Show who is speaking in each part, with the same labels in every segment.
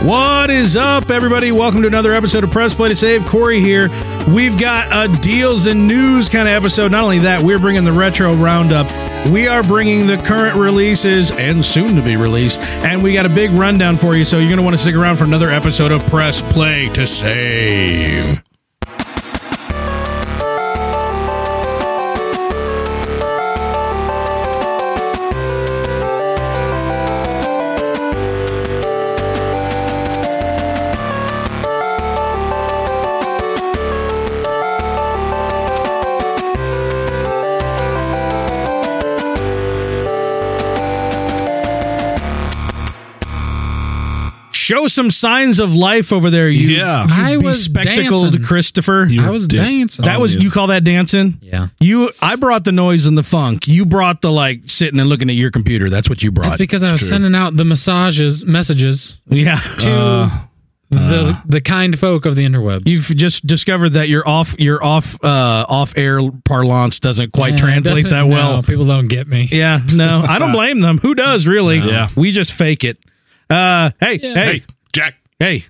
Speaker 1: What is up, everybody? Welcome to another episode of Press Play to Save. Corey here. We've got a deals and news kind of episode. Not only that, we're bringing the retro roundup. We are bringing the current releases and soon to be released. And we got a big rundown for you. So you're going to want to stick around for another episode of Press Play to Save. Show some signs of life over there, you,
Speaker 2: Yeah.
Speaker 1: you
Speaker 3: I was
Speaker 1: bespectacled
Speaker 3: dancing.
Speaker 1: Christopher.
Speaker 2: You
Speaker 3: I was
Speaker 2: dick.
Speaker 3: dancing.
Speaker 1: that was you call that dancing?
Speaker 3: yeah.
Speaker 1: You, I brought the noise and the funk. You brought the like sitting and looking at your computer. That's what you
Speaker 3: That's
Speaker 1: brought.
Speaker 3: because I was sending out the massages messages
Speaker 1: yeah, Uh,
Speaker 3: to
Speaker 1: Ah.
Speaker 3: the the kind folk of the interwebs.
Speaker 1: you've just discovered that your off your off uh off air parlance doesn't quite
Speaker 3: Yeah, it
Speaker 1: translate
Speaker 3: doesn't-
Speaker 1: that
Speaker 3: no,
Speaker 1: well.
Speaker 3: people don't get me.
Speaker 1: Yeah, no, I don't blame them. Who does really?
Speaker 2: Yeah.
Speaker 1: we just fake it. Uh, hey,
Speaker 3: Yeah.
Speaker 1: hey,
Speaker 2: Jack.
Speaker 1: hey.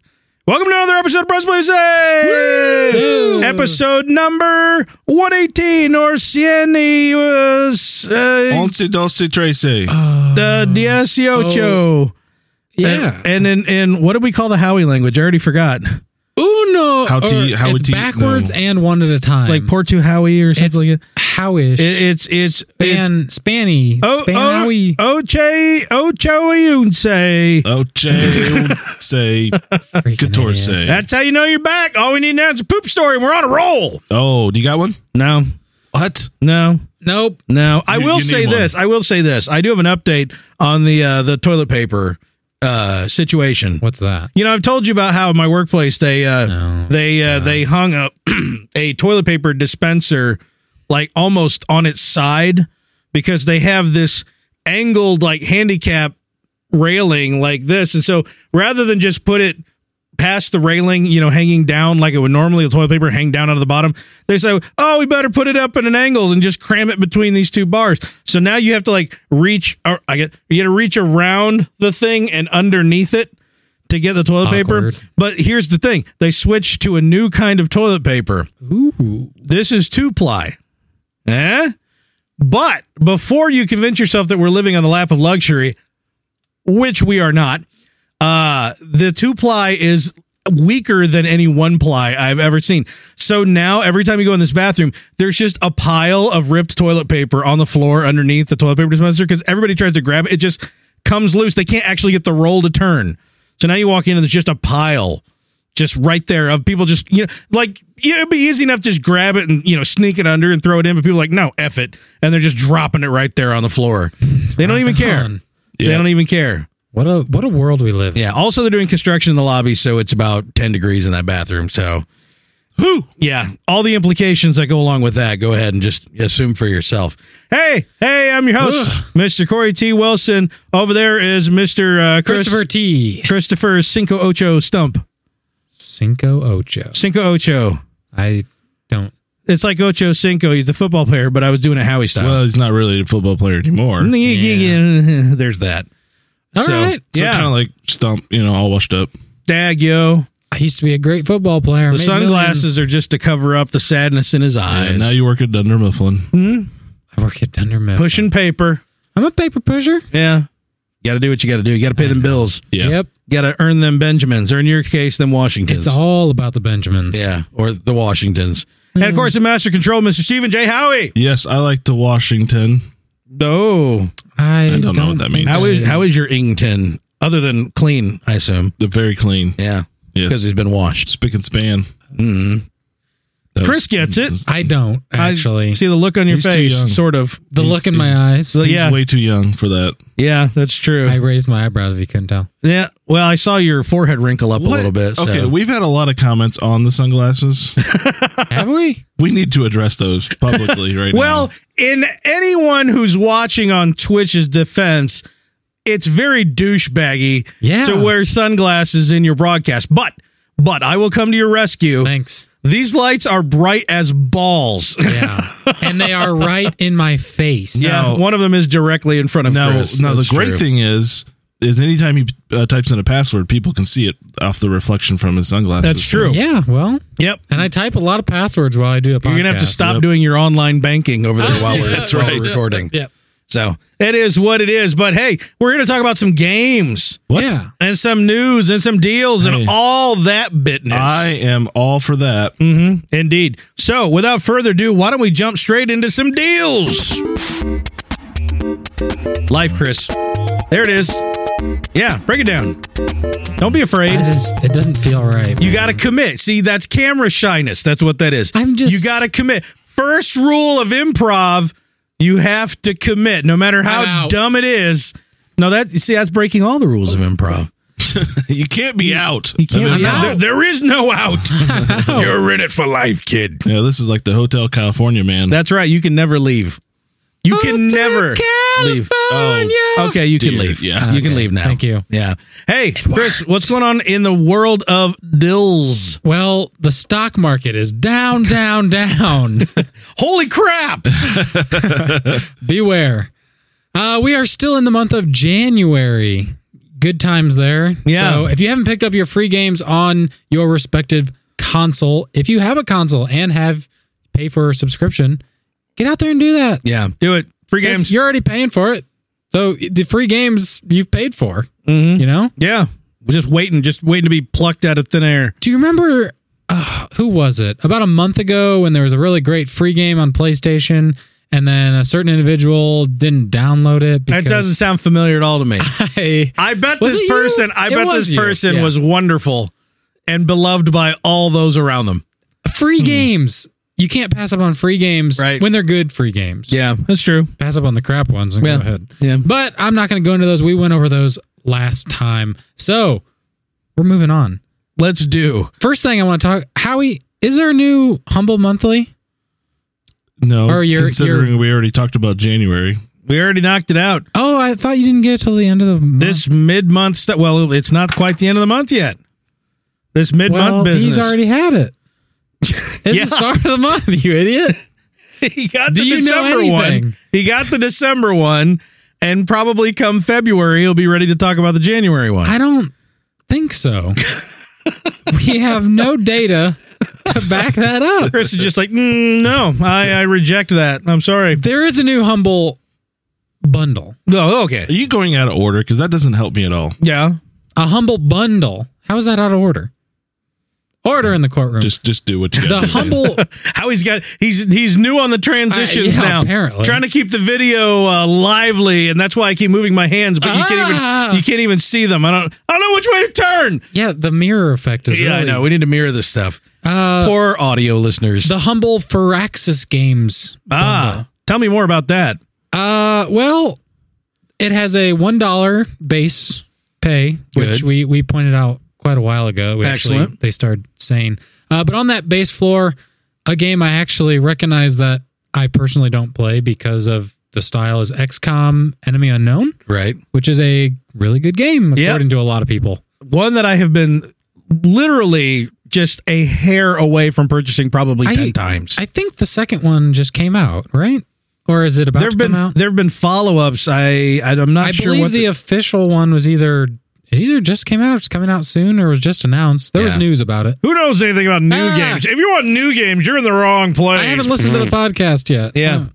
Speaker 1: Welcome to another episode of Press Play to Save! Episode number 118 or cien y, uh,
Speaker 2: Once doce trace.
Speaker 1: the
Speaker 3: Oh.
Speaker 1: dieciocho.
Speaker 3: Yeah.
Speaker 1: And, and in, in what do we call the Howie language? I already forgot.
Speaker 3: Uno.
Speaker 2: How to
Speaker 3: or
Speaker 2: you- how
Speaker 3: it's
Speaker 2: to you-
Speaker 3: backwards
Speaker 2: no.
Speaker 3: and one at a time.
Speaker 1: Like Porto Howie or something
Speaker 3: it's
Speaker 1: like that.
Speaker 3: howish.
Speaker 1: It, it's it's it's
Speaker 3: Span, spanny.
Speaker 1: oh
Speaker 3: Spanowie.
Speaker 1: oh oche ochoiunse.
Speaker 2: Oche say
Speaker 1: uh,
Speaker 3: Freaking idiot.
Speaker 2: catorce.
Speaker 1: That's how you know you're back. All we need now is a poop story, and we're on a roll.
Speaker 2: Oh, do you got one?
Speaker 1: No,
Speaker 2: What?
Speaker 1: no,
Speaker 3: Nope.
Speaker 1: no. I
Speaker 2: You-
Speaker 1: will
Speaker 2: you need
Speaker 1: say
Speaker 2: one.
Speaker 1: this. I will say this. I do have an update on the uh, the toilet paper uh, situation.
Speaker 3: What's that?
Speaker 1: You know, I've told you about how in my workplace they uh,
Speaker 3: No.
Speaker 1: they uh, they hung up a toilet paper dispenser like almost on its side because they have this angled like handicap railing like this, and so rather than just put it past the railing, you know, hanging down like it would normally, the toilet paper hang down out of the bottom. They say, oh, we better put it up at an angle and just cram it between these two bars. So now you have to like reach, or I get, you got to reach around the thing and underneath it to get the toilet
Speaker 3: Awkward.
Speaker 1: paper. But here's the thing they switched to a new kind of toilet paper.
Speaker 3: Ooh.
Speaker 1: This is two ply. Eh? But before you convince yourself that we're living on the lap of luxury, which we are not, uh, the two ply is weaker than any one ply I've ever seen. So now every time you go in this bathroom, there's just a pile of ripped toilet paper on the floor underneath the toilet paper dispenser because everybody tries to grab it. It just comes loose. They can't actually get the roll to turn. So now you walk in and there's just a pile just right there of people just you know like you know, it'd be easy enough to just grab it and you know sneak it under and throw it in but people are like no F it and they're just dropping it right there on the floor they don't even care
Speaker 3: on.
Speaker 1: they
Speaker 2: Yeah.
Speaker 1: don't even care
Speaker 3: What a what a world we live in.
Speaker 1: yeah also they're doing construction in the lobby so it's about 10 degrees in that bathroom so who yeah all the implications that go along with that go ahead and just assume for yourself hey hey i'm your host mr corey t wilson over there is mr uh, Chris-
Speaker 3: Christopher T.
Speaker 1: christopher cinco ocho stump
Speaker 3: Cinco Ocho.
Speaker 1: cinco ocho
Speaker 3: I don't.
Speaker 1: It's like Ocho Cinco. He's a football player, but I was doing it Howie style.
Speaker 2: Well, he's not really a football player anymore.
Speaker 1: Yeah, yeah, yeah. There's that.
Speaker 3: All right.
Speaker 1: So-
Speaker 2: So
Speaker 1: Yeah.
Speaker 2: kind of like stump, you know, all washed up.
Speaker 1: Dag yo.
Speaker 3: I used to be a great football player.
Speaker 1: The
Speaker 3: made
Speaker 1: sunglasses are just to cover up the sadness in his eyes.
Speaker 2: And now you work at Dunder Mifflin.
Speaker 3: millions. I work at Thunder Mifflin.
Speaker 1: Pushing paper.
Speaker 3: I'm a paper pusher.
Speaker 1: Yeah. Got to do what you got to do. You got to pay them bills.
Speaker 2: Yeah.
Speaker 3: Yep.
Speaker 1: Got to earn them Benjamins, or in your case, them
Speaker 3: It's
Speaker 1: Washingtons.
Speaker 3: all about the Benjamins.
Speaker 1: yeah, or the Washingtons. And of course, the master control, Mr. Stephen J. Howie.
Speaker 2: Yes, I like to Washington.
Speaker 1: Oh,
Speaker 3: I,
Speaker 2: don't know what that
Speaker 3: think
Speaker 2: means.
Speaker 1: how
Speaker 3: I-
Speaker 1: is how is your Ington? Other than clean, I assume.
Speaker 2: They're very clean.
Speaker 1: Yeah, because
Speaker 2: Yes.
Speaker 1: he's been washed.
Speaker 2: Spick and span. That
Speaker 1: Chris
Speaker 2: was-
Speaker 1: gets it.
Speaker 3: I don't
Speaker 1: I
Speaker 3: actually.
Speaker 1: see the look on your
Speaker 2: He's too
Speaker 1: face,
Speaker 2: young.
Speaker 1: sort of.
Speaker 3: the look in my eyes.
Speaker 1: So,
Speaker 2: He's
Speaker 1: yeah,
Speaker 2: way too young for that.
Speaker 1: yeah, that's true.
Speaker 3: I raised my eyebrows if you couldn't tell.
Speaker 1: yeah, well, I saw your forehead wrinkle up a
Speaker 2: What?
Speaker 1: little bit. So.
Speaker 2: Okay, we've had a lot of comments on the sunglasses.
Speaker 3: Have we?
Speaker 2: we need to address those publicly right now.
Speaker 1: well, in anyone who's watching on Twitch's defense, it's very douchebaggy
Speaker 3: Yeah.
Speaker 1: to wear sunglasses in your broadcast. But, but I will come to your rescue.
Speaker 3: Thanks.
Speaker 1: These lights are bright as balls.
Speaker 3: Yeah. and they are right in my face.
Speaker 1: yeah,
Speaker 2: No.
Speaker 1: one of them is directly in front of
Speaker 2: Now,
Speaker 1: Chris.
Speaker 2: now the
Speaker 1: That's
Speaker 2: great
Speaker 1: true.
Speaker 2: thing is is anytime he uh, types in a password, people can see it off the reflection from his sunglasses.
Speaker 1: That's true.
Speaker 3: Yeah, well,
Speaker 1: Yep.
Speaker 3: and I type a lot of passwords while I do a podcast.
Speaker 1: You're gonna have to stop doing your online banking over there while we're,
Speaker 3: That's
Speaker 1: while
Speaker 3: right.
Speaker 1: we're recording.
Speaker 3: Yep.
Speaker 1: So it is what it is. But hey, we're here to talk about some games
Speaker 2: What?
Speaker 3: Yeah.
Speaker 1: and some news and some deals
Speaker 2: Hey.
Speaker 1: and all that bitness.
Speaker 2: I am all for that.
Speaker 1: hmm Indeed. So, without further ado, why don't we jump straight into some deals? Life, Chris. There it is. Yeah, break it down. Don't be afraid.
Speaker 3: I just it doesn't feel right.
Speaker 1: You got to commit. See, that's camera shyness. That's what that is.
Speaker 3: I'm just-
Speaker 1: You got to commit. First rule of improv: you have to commit, no matter
Speaker 3: I'm
Speaker 1: how
Speaker 3: out.
Speaker 1: dumb it is. No, that you see, that's breaking all the rules of improv.
Speaker 2: you can't be out.
Speaker 1: You can't.
Speaker 2: I
Speaker 3: I'm
Speaker 2: mean,
Speaker 3: out.
Speaker 1: there- there is no out. You're in it for life, kid.
Speaker 2: yeah, this is like the Hotel California man.
Speaker 1: That's right. You can never leave. You can
Speaker 3: Hotel
Speaker 1: never leave.
Speaker 2: Oh.
Speaker 1: Okay, you can
Speaker 2: Dear,
Speaker 1: leave.
Speaker 2: yeah.
Speaker 1: you can
Speaker 3: Okay,
Speaker 1: leave now.
Speaker 3: thank you.
Speaker 1: Yeah. Hey, Chris, what's going on in the world of dills?
Speaker 3: Well, the stock market is down, down, down.
Speaker 1: Holy crap!
Speaker 3: Beware. Uh, we are still in the month of January. Good times there.
Speaker 1: Yeah.
Speaker 3: So if you haven't picked up your free games on your respective console, if you have a console and have pay for a subscription, get out there and do that.
Speaker 1: yeah, do it. Free
Speaker 3: 'Cause
Speaker 1: games.
Speaker 3: You're already paying for it. So the free games you've paid for,
Speaker 1: Mhm.
Speaker 3: you know?
Speaker 1: Yeah. We're Just waiting, just waiting to be plucked out of thin air.
Speaker 3: Do you remember uh, who was it? About a month ago when there was a really great free game on PlayStation and then a certain individual didn't download it
Speaker 1: That doesn't sound familiar at all to me.
Speaker 3: I,
Speaker 1: I bet
Speaker 3: Was it
Speaker 1: this
Speaker 3: you?
Speaker 1: person, I
Speaker 3: It
Speaker 1: bet
Speaker 3: was
Speaker 1: this
Speaker 3: you,
Speaker 1: person
Speaker 3: yeah.
Speaker 1: was wonderful and beloved by all those around them.
Speaker 3: free games. You can't pass up on free games
Speaker 1: Hmm. Right.
Speaker 3: when they're good free games.
Speaker 1: Yeah, that's true.
Speaker 3: Pass up on the crap ones and
Speaker 1: Yeah.
Speaker 3: go ahead.
Speaker 1: Yeah.
Speaker 3: But I'm not going to go into those. We went over those last time. So we're moving on.
Speaker 1: Let's do.
Speaker 3: First thing I want to talk, Howie, is there a new Humble Monthly?
Speaker 2: No,
Speaker 3: Or you're-
Speaker 2: considering we already talked about January.
Speaker 1: We already knocked it out.
Speaker 3: Oh, I thought you didn't get it till the end of the month.
Speaker 1: This mid month stuff. Well, it's not quite the end of the month yet. This mid month
Speaker 3: well,
Speaker 1: business.
Speaker 3: he's already had it. It's
Speaker 1: Yeah.
Speaker 3: the start of the month, you idiot.
Speaker 1: he got
Speaker 3: Do
Speaker 1: the
Speaker 3: you know
Speaker 1: December one.
Speaker 3: anything?
Speaker 1: He got the December one, and probably come February he'll be ready to talk about the January one.
Speaker 3: I don't think so. we have no data to back that up.
Speaker 1: Chris is just like, mm, no, I, I reject that. I'm sorry.
Speaker 3: There is a new humble bundle.
Speaker 1: No, okay.
Speaker 2: Are you going out of order? Because that doesn't help me at all.
Speaker 1: Yeah.
Speaker 3: A humble bundle. How is that out of order? Order in the courtroom.
Speaker 2: Just just do what you
Speaker 3: the
Speaker 2: got.
Speaker 3: humble
Speaker 1: How he's got he's he's new on the transitions
Speaker 3: Uh, yeah,
Speaker 1: now.
Speaker 3: apparently.
Speaker 1: Trying to keep the video uh, lively and that's why I keep moving my hands, but you can't
Speaker 3: Ah.
Speaker 1: even you can't even see them. I don't I don't know which way to turn.
Speaker 3: Yeah, the mirror effect is
Speaker 1: Yeah, I
Speaker 3: really
Speaker 1: know. We need to mirror this stuff.
Speaker 3: Uh,
Speaker 1: Poor audio listeners.
Speaker 3: the humble Firaxis games.
Speaker 1: ah, tell me more about that.
Speaker 3: Uh, well, it has a one dollar base pay,
Speaker 1: Good.
Speaker 3: which we we pointed out quite a while ago. We Actually,
Speaker 1: Excellent.
Speaker 3: they started saying, uh, but on that base floor, a game I actually recognize that I personally don't play because of the style is XCOM Enemy Unknown,
Speaker 1: Right.
Speaker 3: which is a really good game
Speaker 1: Yeah.
Speaker 3: according to a lot of people.
Speaker 1: One that I have been literally just a hair away from purchasing probably
Speaker 3: I-
Speaker 1: 10 times.
Speaker 3: I think the second one just came out, right? Or is it about
Speaker 1: There've
Speaker 3: to
Speaker 1: been
Speaker 3: come out?
Speaker 1: there've been follow-ups. I, I I'm not
Speaker 3: I
Speaker 1: sure
Speaker 3: believe
Speaker 1: what
Speaker 3: the, official one was either it either just came out, or it's coming out soon, or was just announced. There
Speaker 1: Yeah.
Speaker 3: was news about it.
Speaker 1: Who knows anything about new
Speaker 3: Ah.
Speaker 1: games? If you want new games, you're in the wrong place.
Speaker 3: I haven't listened to the podcast yet.
Speaker 1: Yeah.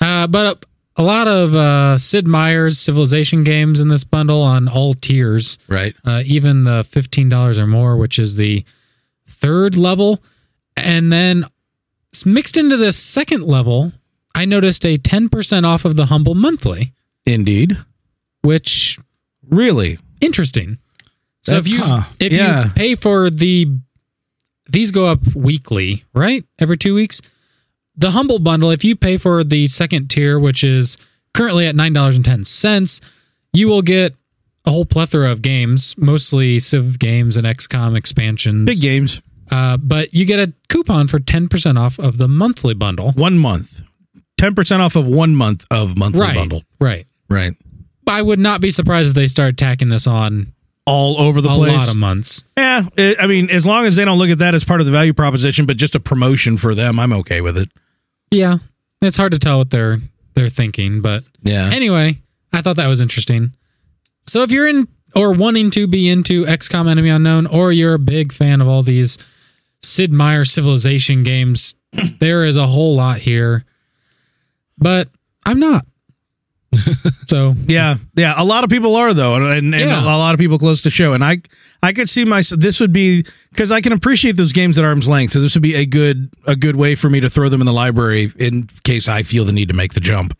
Speaker 3: Uh, but a, a lot of uh, Sid Meier's Civilization games in this bundle on all tiers,
Speaker 1: Right.
Speaker 3: uh, even the $15 or more, which is the third level. And then s- mixed into this second level, I noticed a 10% off of the Humble Monthly,
Speaker 1: Indeed.
Speaker 3: which
Speaker 1: Really?
Speaker 3: interesting. So if
Speaker 1: That's-
Speaker 3: you
Speaker 2: huh.
Speaker 3: if
Speaker 1: Yeah.
Speaker 3: you pay for the these go up weekly, right? Every 2 weeks. The humble bundle, if you pay for the second tier which is currently at $9.10, you will get a whole plethora of games, mostly Civ games and XCOM expansions.
Speaker 1: Big games.
Speaker 3: Uh, but you get a coupon for 10% off of the monthly bundle.
Speaker 1: One month. Ten percent off of one month of monthly
Speaker 3: Right.
Speaker 1: bundle.
Speaker 3: Right.
Speaker 1: Right.
Speaker 3: I would not be surprised if they start tacking this on
Speaker 1: All over the
Speaker 3: a
Speaker 1: place.
Speaker 3: lot of months.
Speaker 1: yeah. it- I mean, as long as they don't look at that as part of the value proposition, but just a promotion for them, I'm okay with it.
Speaker 3: Yeah. It's hard to tell what they're they're thinking, but
Speaker 1: Yeah.
Speaker 3: Anyway, I thought that was interesting. So if you're in or wanting to be into XCOM Enemy Unknown, or you're a big fan of all these Sid Meier Civilization games, there is a whole lot here. But I'm not. so
Speaker 1: Yeah, yeah. A lot of people are though, and, and, and
Speaker 3: Yeah.
Speaker 1: a lot of people close to show. And I, I could see my this would be because I can appreciate those games at arm's length. So this would be a good a good way for me to throw them in the library in case I feel the need to make the jump.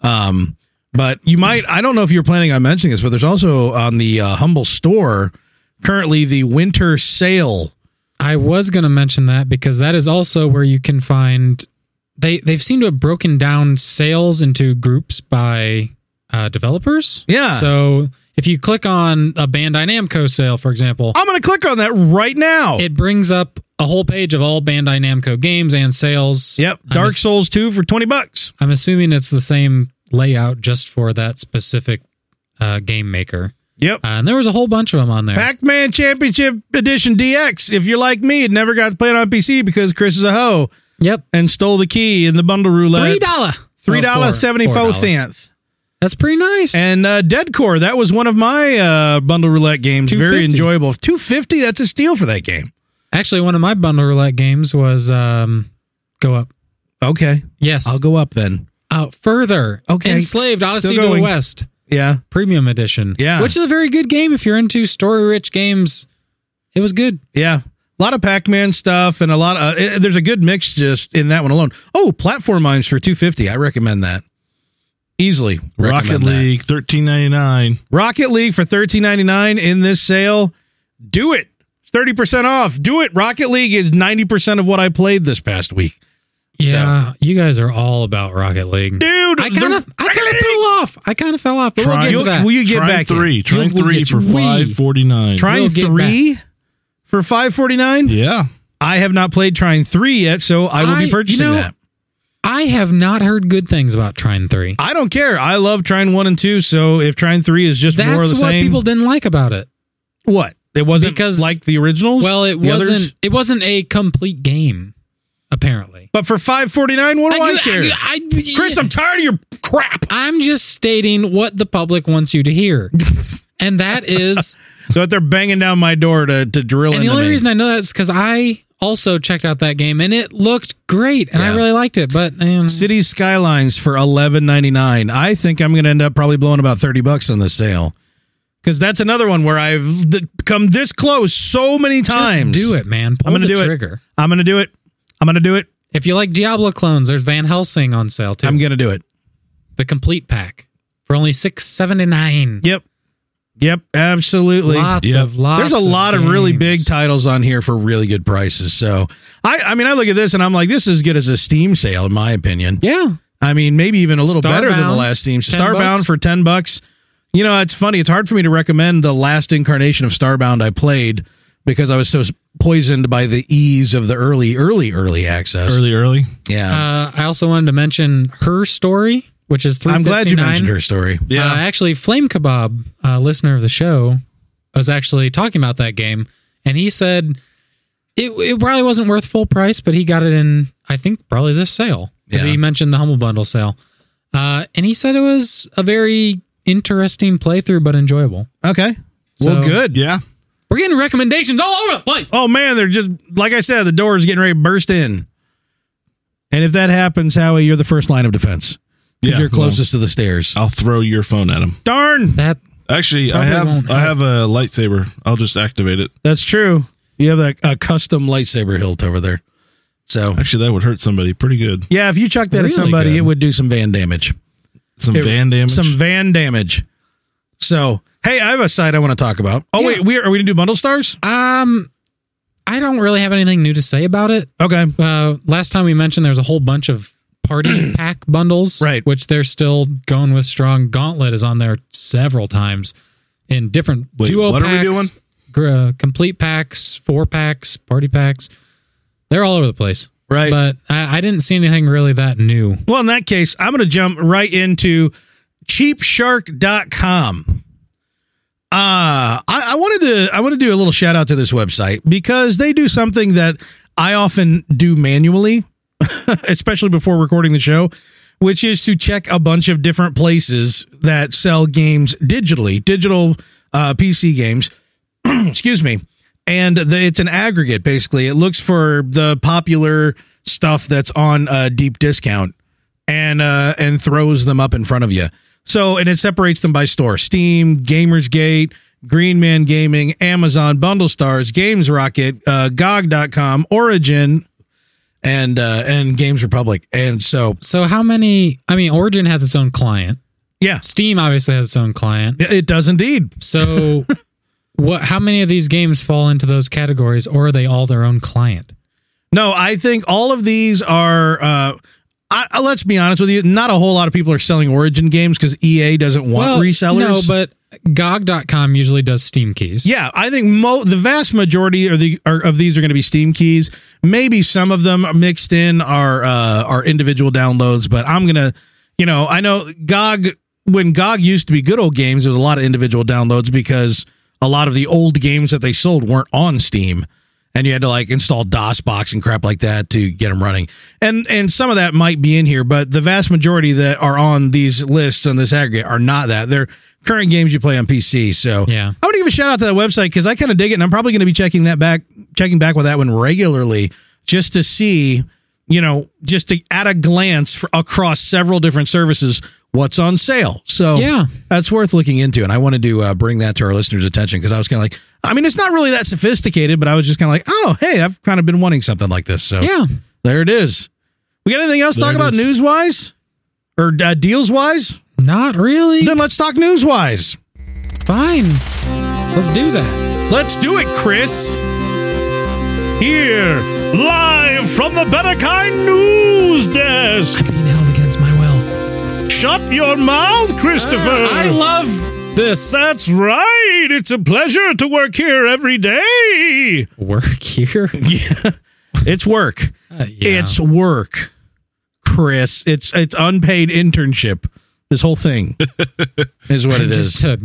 Speaker 1: Um, but you might. I don't know if you're planning on mentioning this, but there's also on the uh, humble store currently the winter sale.
Speaker 3: I was going to mention that because that is also where you can find they they've seemed to have broken down sales into groups by uh, developers.
Speaker 1: Yeah.
Speaker 3: So if you click on a Bandai Namco sale, for example,
Speaker 1: I'm going to click on that right now.
Speaker 3: it brings up a whole page of all Bandai Namco games and sales.
Speaker 1: yep,
Speaker 3: I'm
Speaker 1: Dark
Speaker 3: ass-
Speaker 1: Souls two for twenty bucks.
Speaker 3: I'm assuming it's the same layout just for that specific uh, game maker.
Speaker 1: Yep.
Speaker 3: Uh, and there was a whole bunch of them on there.
Speaker 1: Pac-Man Championship Edition DX. If you're like me, it never got to play it on PC because Chris is a hoe
Speaker 3: yep.
Speaker 1: and stole the key in the bundle
Speaker 3: Three
Speaker 1: roulette.
Speaker 3: dollar.
Speaker 1: Three dollar seventy four cents.
Speaker 3: That's pretty nice.
Speaker 1: And uh, Dead Core. That was one of my uh, bundle roulette games. Very
Speaker 3: 250.
Speaker 1: enjoyable. Two fifty. That's a steal for that game.
Speaker 3: Actually, one of my bundle roulette games was um, go up.
Speaker 1: Okay,
Speaker 3: Yes,
Speaker 1: I'll go up then.
Speaker 3: out further.
Speaker 1: Okay.
Speaker 3: enslaved
Speaker 1: Still
Speaker 3: Odyssey to the
Speaker 1: going.
Speaker 3: West
Speaker 1: Yeah,
Speaker 3: Premium Edition.
Speaker 1: Yeah.
Speaker 3: which is a very good game if you're into story rich games. It was good.
Speaker 1: yeah. A lot of Pac-Man stuff and a lot of. Uh, it- there's a good mix just in that one alone. Oh, platform mines for two fifty. I recommend that. Easily
Speaker 2: Rocket
Speaker 1: recommend that.
Speaker 2: League, thirteen ninety nine.
Speaker 1: Rocket League for thirteen ninety nine in this sale. Do it. It's 30% off. Do it. Rocket League is 90% of what I played this past week.
Speaker 3: Yeah, you guys are all about Rocket League.
Speaker 1: Dude,
Speaker 3: I kind of, I kind of fell off. I kind of fell off. But we'll
Speaker 2: Try-
Speaker 3: get to
Speaker 1: you,
Speaker 3: that.
Speaker 1: will you get
Speaker 2: Trying
Speaker 1: back in?
Speaker 2: three. Trying
Speaker 1: You'll- we'll
Speaker 2: three
Speaker 1: get
Speaker 2: for
Speaker 1: you.
Speaker 2: five forty nine.
Speaker 1: Trying
Speaker 3: We'll get
Speaker 1: three for 549?
Speaker 2: Yeah.
Speaker 1: I have not played trying three yet, so I will
Speaker 3: I-
Speaker 1: be
Speaker 3: you
Speaker 1: purchasing
Speaker 3: know-
Speaker 1: that.
Speaker 3: I have not heard good things about Trine Three.
Speaker 1: I don't care. I love trying one and two, so if trying three is just more of
Speaker 3: That's
Speaker 1: the
Speaker 3: what
Speaker 1: same.
Speaker 3: people didn't like about it.
Speaker 1: what? It wasn't
Speaker 3: Because-
Speaker 1: like the originals?
Speaker 3: Well, it
Speaker 1: The others?
Speaker 3: wasn't. It wasn't a complete game, apparently.
Speaker 1: But for 549, what do I, care?
Speaker 3: I,
Speaker 1: Chris, I'm tired of your crap.
Speaker 3: I'm just stating what the public wants you to hear. and that is,
Speaker 1: So if they're banging down my door to, to drill
Speaker 3: and the
Speaker 1: into
Speaker 3: only
Speaker 1: me.
Speaker 3: reason I know that is because I also checked out that game and it looked great and I
Speaker 1: Yeah.
Speaker 3: really liked it. But um,
Speaker 1: City Skylines for eleven ninety nine. I think I'm going to end up probably blowing about thirty bucks on this sale because that's another one where I've th- come this close so many times.
Speaker 3: just do it, man. Pull
Speaker 1: I'm gonna
Speaker 3: the
Speaker 1: do it.
Speaker 3: trigger.
Speaker 1: I'm going to do it. I'm going to do it.
Speaker 3: If you like Diablo clones, there's Van Helsing on sale too.
Speaker 1: I'm going to do it.
Speaker 3: the complete pack for only six seventy nine.
Speaker 1: Yep. Yep. Absolutely.
Speaker 3: Lots
Speaker 2: Yep.
Speaker 3: of lots.
Speaker 1: There's a lot of really big
Speaker 3: games.
Speaker 1: titles on here for really good prices. So I, I mean, I look at this and I'm like, this is as good as a Steam sale in my opinion.
Speaker 3: Yeah,
Speaker 1: I mean, maybe even a little better than the
Speaker 3: Starbound,
Speaker 1: last Steam.
Speaker 3: 10
Speaker 1: Starbound
Speaker 3: bucks.
Speaker 1: for 10 bucks. You know, it's funny. It's hard for me to recommend the last incarnation of Starbound I played because I was so s- poisoned by the ease of the early, early, early access.
Speaker 2: Early, early.
Speaker 1: Yeah.
Speaker 3: uh, I also wanted to mention her story, which is three.
Speaker 1: I'm glad you mentioned her story.
Speaker 3: Uh, actually, Flame Kebab, uh, listener of the show, was actually talking about that game, and he said it, it probably wasn't worth full price, but he got it in, I think, probably this sale because
Speaker 1: Yeah.
Speaker 3: he mentioned the Humble Bundle sale, uh, and he said it was a very interesting playthrough, but enjoyable.
Speaker 1: Okay. well,
Speaker 3: So-
Speaker 1: good.
Speaker 2: Yeah.
Speaker 3: We're getting recommendations all over the place.
Speaker 1: Oh, man. They're just, like I said, the door is getting ready to burst in. And if that happens, Howie, you're the first line of defense. 'Cause
Speaker 2: Yeah,
Speaker 1: you're closest to the stairs.
Speaker 3: Uh,
Speaker 2: I'll throw your phone at him.
Speaker 1: Darn.
Speaker 3: That
Speaker 2: Actually, I
Speaker 3: Probably won't
Speaker 2: have I have a lightsaber. I'll just activate it.
Speaker 1: That's true. You have a, a custom lightsaber hilt over there. So.
Speaker 2: Actually, that would hurt somebody pretty good.
Speaker 1: Yeah, if you chucked that at
Speaker 3: Really
Speaker 1: somebody,
Speaker 3: good.
Speaker 1: it would do some van damage.
Speaker 2: Some
Speaker 1: It-
Speaker 2: van damage.
Speaker 1: Some van damage. So, hey, I have a site I want to talk about. Oh
Speaker 3: Yeah.
Speaker 1: wait, we are, are we gonna do bundle stars?
Speaker 3: um, I don't really have anything new to say about it.
Speaker 1: Okay,
Speaker 3: uh, last time we mentioned there's a whole bunch of party pack bundles,
Speaker 1: Right.
Speaker 3: Which they're still going with strong. Gauntlet is on there several times in different
Speaker 2: Wait,
Speaker 3: duo
Speaker 2: what are we
Speaker 3: packs,
Speaker 2: doing?
Speaker 3: gr- uh, complete packs, four packs, party packs. They're all over the place,
Speaker 1: right.
Speaker 3: but I, I didn't see anything really that new.
Speaker 1: well, in that case, I'm gonna jump right into cheapshark.com. Uh, I, I wanted to I want to do a little shout out to this website because they do something that I often do manually, especially before recording the show, which is to check a bunch of different places that sell games digitally, digital uh, PC games. Excuse me. And the, it's an aggregate, basically. It looks for the popular stuff that's on a deep discount and uh, and throws them up in front of you. So and it separates them by store: Steam, GamersGate, Green Man Gaming, Amazon, Bundle Stars, Games Rocket, uh, GOG.com, Origin, and uh, and Games Republic. And so
Speaker 3: So how many? I mean, Origin has its own client.
Speaker 1: Yeah.
Speaker 3: Steam obviously has its own client.
Speaker 1: it does indeed.
Speaker 3: So, what? How many of these games fall into those categories, or are they all their own client?
Speaker 1: No, I think all of these are. Uh, I, I- let's be honest with you. Not a whole lot of people are selling Origin games because EA doesn't want resellers.
Speaker 3: No, but GOG.com usually does Steam keys.
Speaker 1: Yeah, I think mo- the vast majority of the are, of these are going to be Steam keys. Maybe some of them are mixed in are uh, are individual downloads, but I'm gonna, you know, I know GOG when GOG used to be good old games, there was a lot of individual downloads because a lot of the old games that they sold weren't on Steam, and you had to like install DOSBox and crap like that to get them running. And and some of that might be in here, but the vast majority that are on these lists on this aggregate are not that. They're current games you play on PC. So
Speaker 3: Yeah.
Speaker 1: I want to give a shout out to that website because I kind of dig it, and I'm probably going to be checking that back, checking back with that one regularly, just to see, you know, just to at a glance for, across several different services what's on sale. So
Speaker 3: Yeah.
Speaker 1: that's worth looking into, and I wanted to uh, bring that to our listeners' attention because I was kind of like, I mean, it's not really that sophisticated, but I was just kind of like, oh, hey, I've kind of been wanting something like this. So
Speaker 3: Yeah.
Speaker 1: there it is. We got anything else to
Speaker 2: There
Speaker 1: talk
Speaker 2: it
Speaker 1: about
Speaker 2: is.
Speaker 1: news wise or uh, deals wise?
Speaker 3: Not really.
Speaker 1: Then let's talk news wise.
Speaker 3: Fine. Let's do that.
Speaker 1: Let's do it, Chris. Here, live from the Benekind News Desk.
Speaker 3: I'm being held against my will.
Speaker 1: Shut your mouth, Christopher.
Speaker 3: Ah, I love this
Speaker 1: That's right. It's a pleasure to work here every day.
Speaker 3: work here.
Speaker 1: Yeah. It's work.
Speaker 3: Uh, yeah.
Speaker 1: It's work, Chris. It's it's unpaid internship. This whole thing is what it is.
Speaker 3: just a-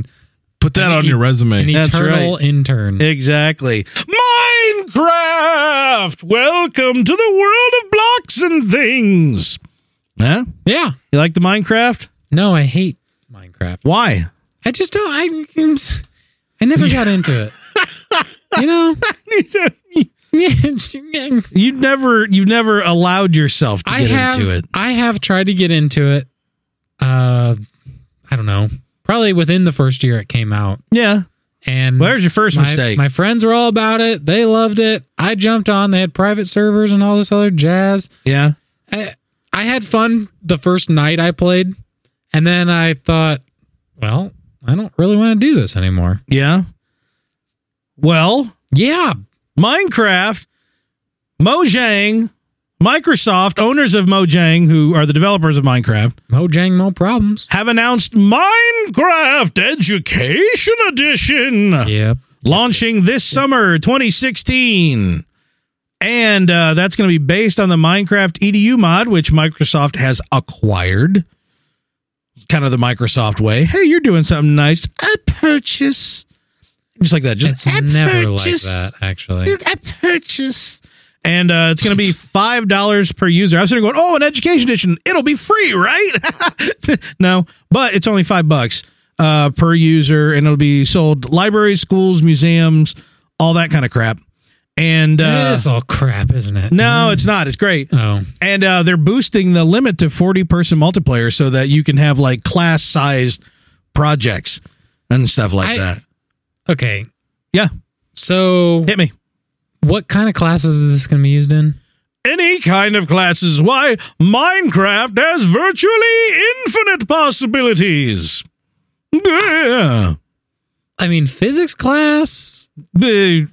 Speaker 2: Put that on your
Speaker 3: an
Speaker 2: resume.
Speaker 1: That's
Speaker 3: eternal intern.
Speaker 1: Exactly. Minecraft! Welcome to the world of blocks and things. Huh?
Speaker 3: yeah.
Speaker 1: You like the Minecraft?
Speaker 3: No, I hate Minecraft.
Speaker 1: Why?
Speaker 3: I just don't. I I never got into it. You know,
Speaker 1: you never you've never allowed yourself to
Speaker 3: I
Speaker 1: get
Speaker 3: have.
Speaker 1: into it.
Speaker 3: I have tried to get into it. Uh, I don't know. Probably within the first year it came out,
Speaker 1: Yeah.
Speaker 3: and
Speaker 1: Well, there's your first
Speaker 3: my,
Speaker 1: mistake.
Speaker 3: my friends were all about it. They loved it. I jumped on. They had private servers and all this other jazz.
Speaker 1: yeah.
Speaker 3: I, I had fun the first night I played, and then I thought, well, I don't really want to do this anymore.
Speaker 1: Yeah. Well,
Speaker 3: Yeah,
Speaker 1: Minecraft, Mojang, Microsoft, owners of Mojang, who are the developers of Minecraft,
Speaker 3: Mojang, no problems.
Speaker 1: have announced Minecraft Education Edition.
Speaker 3: Yep.
Speaker 1: launching this summer 2016 and uh, that's going to be based on the minecraft edu mod which microsoft has acquired It's kind of the microsoft way hey you're doing something nice i purchase just like that
Speaker 3: It's
Speaker 1: just I
Speaker 3: never like
Speaker 1: purchase.
Speaker 3: that, actually.
Speaker 1: I purchase and uh, it's going to be five dollars per user. I was sitting there going, "Oh, an education edition, it'll be free, right?" no, but it's only five bucks uh, per user, and it'll be sold libraries, schools, museums, all that kind of crap. And
Speaker 3: it
Speaker 1: uh,
Speaker 3: is all crap, isn't it?
Speaker 1: no, it's not. It's great,
Speaker 3: Oh,
Speaker 1: and uh, they're boosting the limit to forty person multiplayer so that you can have like class sized projects and stuff like
Speaker 3: I-
Speaker 1: that.
Speaker 3: okay.
Speaker 1: Yeah,
Speaker 3: So,
Speaker 1: hit me.
Speaker 3: what kind of classes is this going to be used in?
Speaker 1: any kind of classes. Why, Minecraft has virtually infinite possibilities. Yeah.
Speaker 3: I mean, physics class,
Speaker 1: B-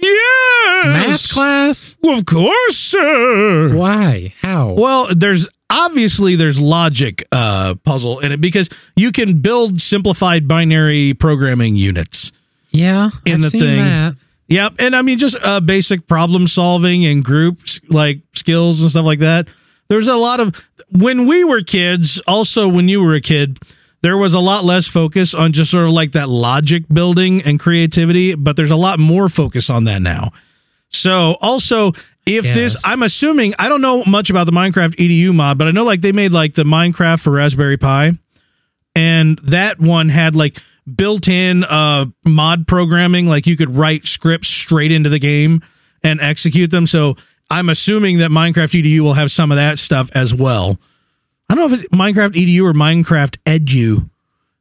Speaker 1: Yes.
Speaker 3: math class.
Speaker 1: Of course, sir.
Speaker 3: Why? How?
Speaker 1: Well, there's obviously there's logic uh, puzzle in it because you can build simplified binary programming units.
Speaker 3: Yeah,
Speaker 1: In
Speaker 3: I've
Speaker 1: the
Speaker 3: seen
Speaker 1: thing.
Speaker 3: that.
Speaker 1: Yep, and I mean just uh, basic problem solving and groups like skills and stuff like that. There's a lot of when we were kids. Also, when you were a kid, there was a lot less focus on just sort of like that logic building and creativity, but there's a lot more focus on that now. So also, if
Speaker 3: Yes.
Speaker 1: this, I'm assuming I don't know much about the Minecraft EDU mod, but I know like they made like the Minecraft for Raspberry Pi, and that one had like built-in uh mod programming, like you could write scripts straight into the game and execute them. So I'm assuming that Minecraft EDU will have some of that stuff as well. I don't know if it's Minecraft EDU or Minecraft Edu.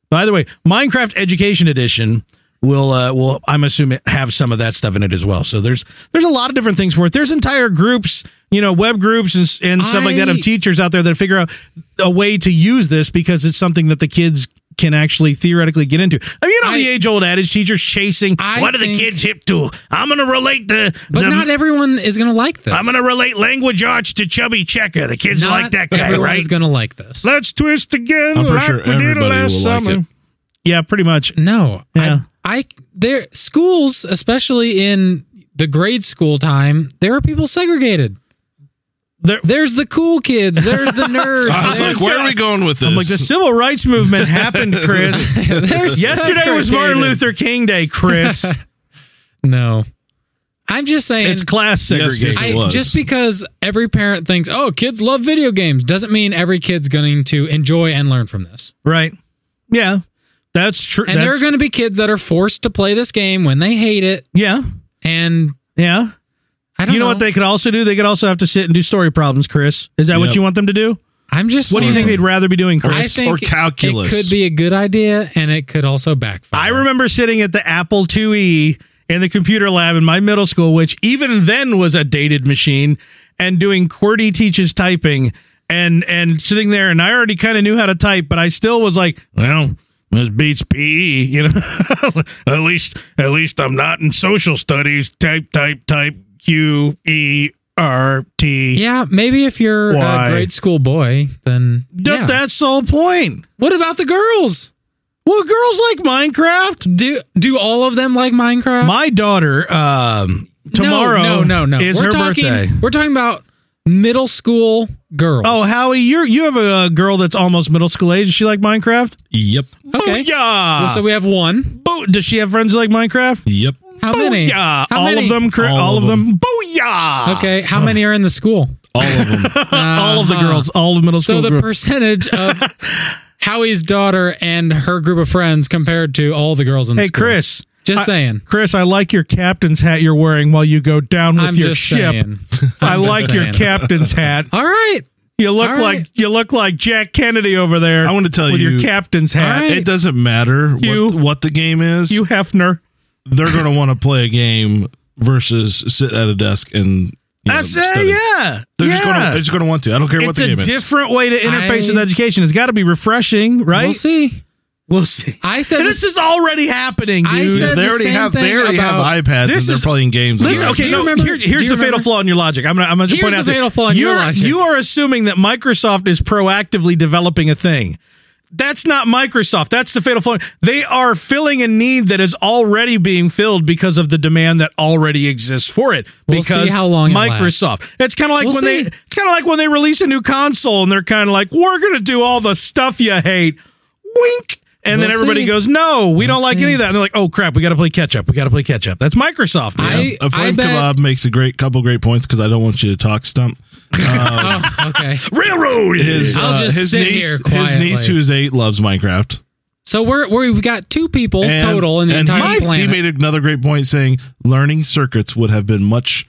Speaker 1: By the way, Minecraft Education Edition will uh, will I'm assuming have some of that stuff in it as well. So there's there's a lot of different things for it. There's entire groups, you know, web groups and s- and stuff like that
Speaker 3: I-
Speaker 1: of teachers out there that figure out a way to use this because it's something that the kids can actually theoretically get into. I mean, you know,
Speaker 3: I-
Speaker 1: the age old adage, teachers chasing.
Speaker 3: I
Speaker 1: what are the
Speaker 3: think-
Speaker 1: kids hip to? I'm going to relate the.
Speaker 3: But
Speaker 1: the-
Speaker 3: not everyone is going to like this.
Speaker 1: I'm going to relate language arts to chubby checker. The kids
Speaker 3: Not
Speaker 1: like that guy,
Speaker 3: everyone
Speaker 1: right?
Speaker 3: is going to like this.
Speaker 1: Let's twist again.
Speaker 2: I'm pretty
Speaker 1: like
Speaker 2: sure
Speaker 1: we did
Speaker 2: everybody
Speaker 1: last
Speaker 2: will like
Speaker 1: summer.
Speaker 2: it.
Speaker 1: Yeah, pretty much.
Speaker 3: No.
Speaker 1: Yeah.
Speaker 3: I, I there schools, especially in the grade school time, there are people segregated.
Speaker 1: There-
Speaker 3: there's the cool kids. There's the nerds.
Speaker 2: I was
Speaker 3: there's-
Speaker 2: like, where are we going with this?
Speaker 1: I'm like the civil rights movement happened, Chris.
Speaker 3: there's
Speaker 1: Yesterday was Martin
Speaker 3: segregated.
Speaker 1: Luther King Day, Chris.
Speaker 3: No, I'm just saying.
Speaker 1: it's class
Speaker 2: Yes,
Speaker 1: segregation.
Speaker 2: yes, it
Speaker 3: I-
Speaker 2: was.
Speaker 3: just because every parent thinks, "Oh, kids love video games," doesn't mean every kid's going to enjoy and learn from this.
Speaker 1: right. Yeah. That's true.
Speaker 3: And there are going to be kids that are forced to play this game when they hate it,
Speaker 1: yeah.
Speaker 3: and
Speaker 1: Yeah.
Speaker 3: I don't
Speaker 1: You know, what they could also do? They could also have to sit and do story problems, Chris. Is that what
Speaker 2: Yep.
Speaker 1: you want them to do?
Speaker 3: I'm just.
Speaker 1: What do you think they'd rather be doing, Chris?
Speaker 3: I think
Speaker 2: or calculus.
Speaker 3: It could be a good idea, and it could also backfire.
Speaker 1: I remember sitting at the Apple IIe in the computer lab in my middle school, which even then was a dated machine, and doing QWERTY teaches typing and and sitting there and I already kind of knew how to type, but I still was like, well, this beats PE, you know. at least at least I'm not in social studies. Type type type Q E R T.
Speaker 3: Yeah, maybe if you're
Speaker 1: Why?
Speaker 3: a grade school boy, then
Speaker 1: Th-
Speaker 3: yeah.
Speaker 1: That's the whole point.
Speaker 3: What about the girls?
Speaker 1: Well, girls like Minecraft.
Speaker 3: Do do all of them like Minecraft?
Speaker 1: My daughter, um, tomorrow,
Speaker 3: No, no, no. no.
Speaker 1: is
Speaker 3: we're
Speaker 1: her
Speaker 3: talking,
Speaker 1: birthday.
Speaker 3: We're talking about middle school girls.
Speaker 1: Oh, Howie, you're you have a uh, girl that's almost middle school age. Does she like Minecraft?
Speaker 2: Yep.
Speaker 3: okay.
Speaker 1: Booyah!
Speaker 3: Well, so we have one.
Speaker 1: Boo- Does she have friends that like Minecraft?
Speaker 2: Yep.
Speaker 3: How many?
Speaker 1: Booyah!
Speaker 3: How
Speaker 1: Oh, all
Speaker 3: many?
Speaker 1: of them, Chris. All,
Speaker 2: All
Speaker 1: of
Speaker 2: of
Speaker 1: them. Booyah!
Speaker 3: Okay. How many are in the school?
Speaker 2: All of them.
Speaker 1: all of the
Speaker 3: Uh-huh.
Speaker 1: girls, all of middle school.
Speaker 3: So the
Speaker 1: girls.
Speaker 3: percentage of Howie's daughter and her group of friends compared to all the girls in the
Speaker 1: hey,
Speaker 3: school.
Speaker 1: Chris.
Speaker 3: Just
Speaker 1: I-
Speaker 3: saying.
Speaker 1: Chris, I like your captain's hat you're wearing while you go down with
Speaker 3: I'm
Speaker 1: your
Speaker 3: just
Speaker 1: ship.
Speaker 3: saying.
Speaker 1: I
Speaker 3: I'm just
Speaker 1: like your
Speaker 3: saying.
Speaker 1: captain's hat.
Speaker 3: All right.
Speaker 1: You look
Speaker 3: All right.
Speaker 1: like you look like Jack Kennedy over there.
Speaker 2: I want to tell
Speaker 1: with
Speaker 2: you-
Speaker 1: your captain's hat.
Speaker 3: All right.
Speaker 2: It doesn't matter
Speaker 1: You-
Speaker 2: what, what the game is.
Speaker 1: You Hefner.
Speaker 2: they're going to want to play a game versus sit at a desk and. you know,
Speaker 1: I say,
Speaker 2: study.
Speaker 1: yeah.
Speaker 2: They're
Speaker 1: yeah.
Speaker 2: just going to. They're just going to want to. I don't care what
Speaker 1: it's
Speaker 2: the
Speaker 1: a
Speaker 2: game is.
Speaker 1: different way to interface
Speaker 3: I-
Speaker 1: with education. It's got to be refreshing, right?
Speaker 3: We'll see.
Speaker 1: We'll see.
Speaker 3: I said
Speaker 1: this is already happening, dude.
Speaker 3: I said-
Speaker 2: They
Speaker 3: the
Speaker 2: already
Speaker 3: same
Speaker 2: have. They
Speaker 3: thing
Speaker 2: already
Speaker 3: about-
Speaker 2: have iPads
Speaker 1: This
Speaker 2: and they're
Speaker 1: is-
Speaker 2: playing games. on
Speaker 1: Listen,
Speaker 2: their
Speaker 1: okay,
Speaker 3: Do you
Speaker 1: no,
Speaker 3: remember-
Speaker 1: here-
Speaker 3: do
Speaker 1: here's
Speaker 3: you
Speaker 1: the fatal
Speaker 3: remember-
Speaker 1: flaw in your logic. I'm gonna, I'm gonna
Speaker 3: Here's
Speaker 1: point
Speaker 3: the
Speaker 1: out that
Speaker 3: fatal flaw in your
Speaker 1: you're,
Speaker 3: logic.
Speaker 1: You are assuming that Microsoft is proactively developing a thing. That's not Microsoft. That's the fatal flaw. They are filling a need that is already being filled because of the demand that already exists for it.
Speaker 3: We'll see
Speaker 1: because
Speaker 3: how long it
Speaker 1: Microsoft. It's kind of like
Speaker 3: We'll
Speaker 1: when they
Speaker 3: see.
Speaker 1: it's kind of like when they release a new console and they're kind of like, "We're going to do all the stuff you hate." Wink. And then
Speaker 3: We'll
Speaker 1: everybody
Speaker 3: see.
Speaker 1: goes, "No, we don't like
Speaker 3: see.
Speaker 1: any of that." And they're like, "Oh crap, we got to play catch up. We got to play catch up." That's Microsoft. man.
Speaker 3: I-
Speaker 2: Yeah. a
Speaker 3: I
Speaker 2: flame
Speaker 3: bet-
Speaker 2: kebab makes a great couple great points because I don't want you to talk stump.
Speaker 3: oh, okay.
Speaker 1: railroad
Speaker 2: His
Speaker 3: I'll
Speaker 2: uh,
Speaker 3: just
Speaker 2: his
Speaker 3: sit
Speaker 2: niece,
Speaker 3: here
Speaker 2: his niece
Speaker 3: quietly.
Speaker 2: who is eight loves Minecraft.
Speaker 3: So we're, we're we've got two people
Speaker 2: And-
Speaker 3: total in the
Speaker 2: and
Speaker 3: entire
Speaker 2: my- He
Speaker 3: planet.
Speaker 2: made another great point saying learning circuits would have been much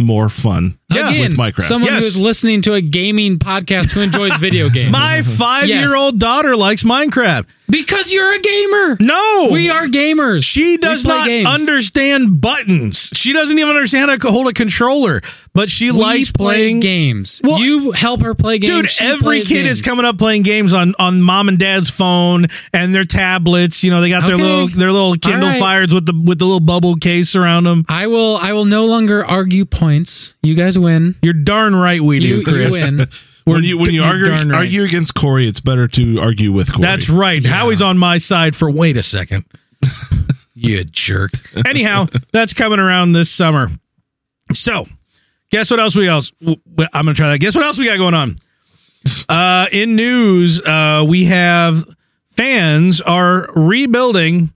Speaker 2: more fun.
Speaker 1: Yeah.
Speaker 3: Again,
Speaker 2: With Minecraft.
Speaker 3: someone
Speaker 1: Yes.
Speaker 3: who is listening to a gaming podcast who enjoys video games.
Speaker 1: My five-year-old daughter likes Minecraft.
Speaker 3: because you're a gamer.
Speaker 1: No,
Speaker 3: We are gamers.
Speaker 1: She does
Speaker 3: play
Speaker 1: not
Speaker 3: games.
Speaker 1: understand buttons. She doesn't even understand how to hold a controller. But she
Speaker 3: We
Speaker 1: likes
Speaker 3: play
Speaker 1: playing.
Speaker 3: games.
Speaker 1: Well,
Speaker 3: you help her play games.
Speaker 1: Dude,
Speaker 3: She
Speaker 1: every
Speaker 3: plays
Speaker 1: kid
Speaker 3: games.
Speaker 1: is coming up playing games on on mom and dad's phone and their tablets. You know, they got their
Speaker 3: Okay.
Speaker 1: little their little Kindle
Speaker 3: right.
Speaker 1: Fires with the with the little bubble case around them.
Speaker 3: I will. I will no longer argue points. You guys win.
Speaker 1: You're darn right we do,
Speaker 3: You, you
Speaker 1: Chris.
Speaker 3: win.
Speaker 2: When you when you
Speaker 1: you're
Speaker 2: argue
Speaker 1: darn right.
Speaker 2: argue against Corey, it's better to argue with Corey.
Speaker 1: That's right. Howie's on my side for wait a second. you jerk. Anyhow, that's coming around this summer. So, guess what else we else w- w- I'm going to try that. Guess what else we got going on? Uh in news, uh we have fans are rebuilding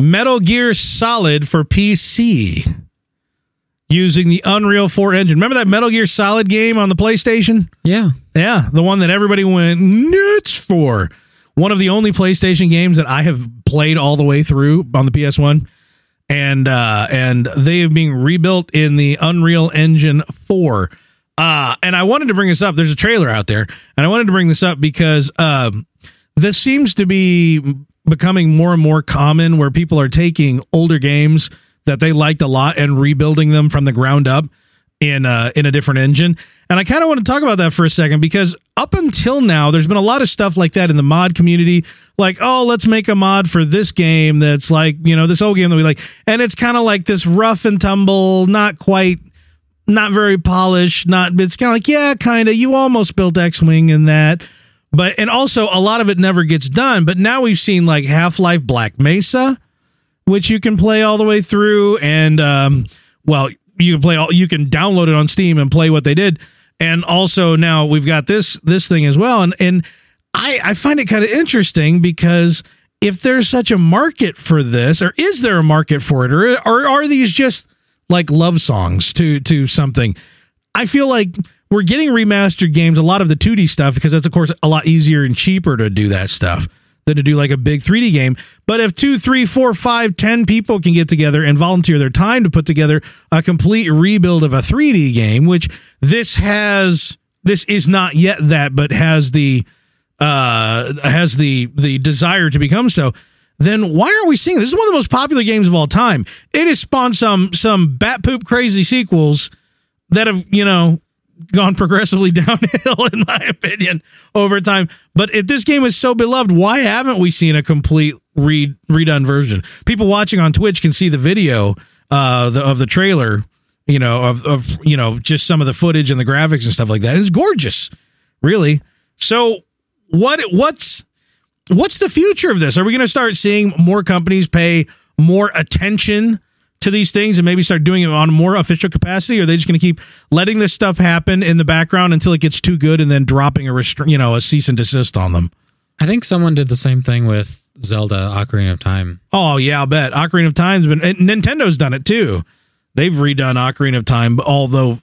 Speaker 1: Metal Gear Solid for PC. using the Unreal 4 engine. Remember that Metal Gear Solid game on the PlayStation?
Speaker 3: Yeah.
Speaker 1: Yeah, the one that everybody went nuts for. One of the only PlayStation games that I have played all the way through on the PS1. And uh and they have been rebuilt in the Unreal Engine 4. Uh and I wanted to bring this up. There's a trailer out there, and I wanted to bring this up because um this seems to be becoming more and more common where people are taking older games that they liked a lot and rebuilding them from the ground up in uh, in a different engine. And I kind of want to talk about that for a second because up until now, there's been a lot of stuff like that in the mod community. Like, oh, let's make a mod for this game that's like you know this old game that we like, and it's kind of like this rough and tumble, not quite, not very polished. Not it's kind of like yeah, kind of. You almost built X Wing in that. But and also a lot of it never gets done. But now we've seen like Half Life Black Mesa, which you can play all the way through, and um, well, you can play all you can download it on Steam and play what they did. And also now we've got this this thing as well. And and I, I find it kind of interesting because if there's such a market for this, or is there a market for it, or, or are these just like love songs to to something? I feel like we're getting remastered games, a lot of the 2D stuff, because that's of course a lot easier and cheaper to do that stuff than to do like a big 3D game. But if two, three, four, five, ten people can get together and volunteer their time to put together a complete rebuild of a 3D game, which this has, this is not yet that, but has the uh has the the desire to become so then why aren't we seeing this? this is one of the most popular games of all time it has spawned some some bat poop crazy sequels that have you know gone progressively downhill in my opinion over time but if this game is so beloved why haven't we seen a complete read redone version people watching on twitch can see the video uh the, of the trailer you know of, of you know just some of the footage and the graphics and stuff like that it's gorgeous really so what what's what's the future of this are we going to start seeing more companies pay more attention to these things and maybe start doing it on a more official capacity? Or are they just going to keep letting this stuff happen in the background until it gets too good and then dropping a restra- you know, a cease and desist on them?
Speaker 3: I think someone did the same thing with Zelda Ocarina of Time.
Speaker 1: Oh yeah, I'll bet Ocarina of Time's been and Nintendo's done it too. They've redone Ocarina of Time, but although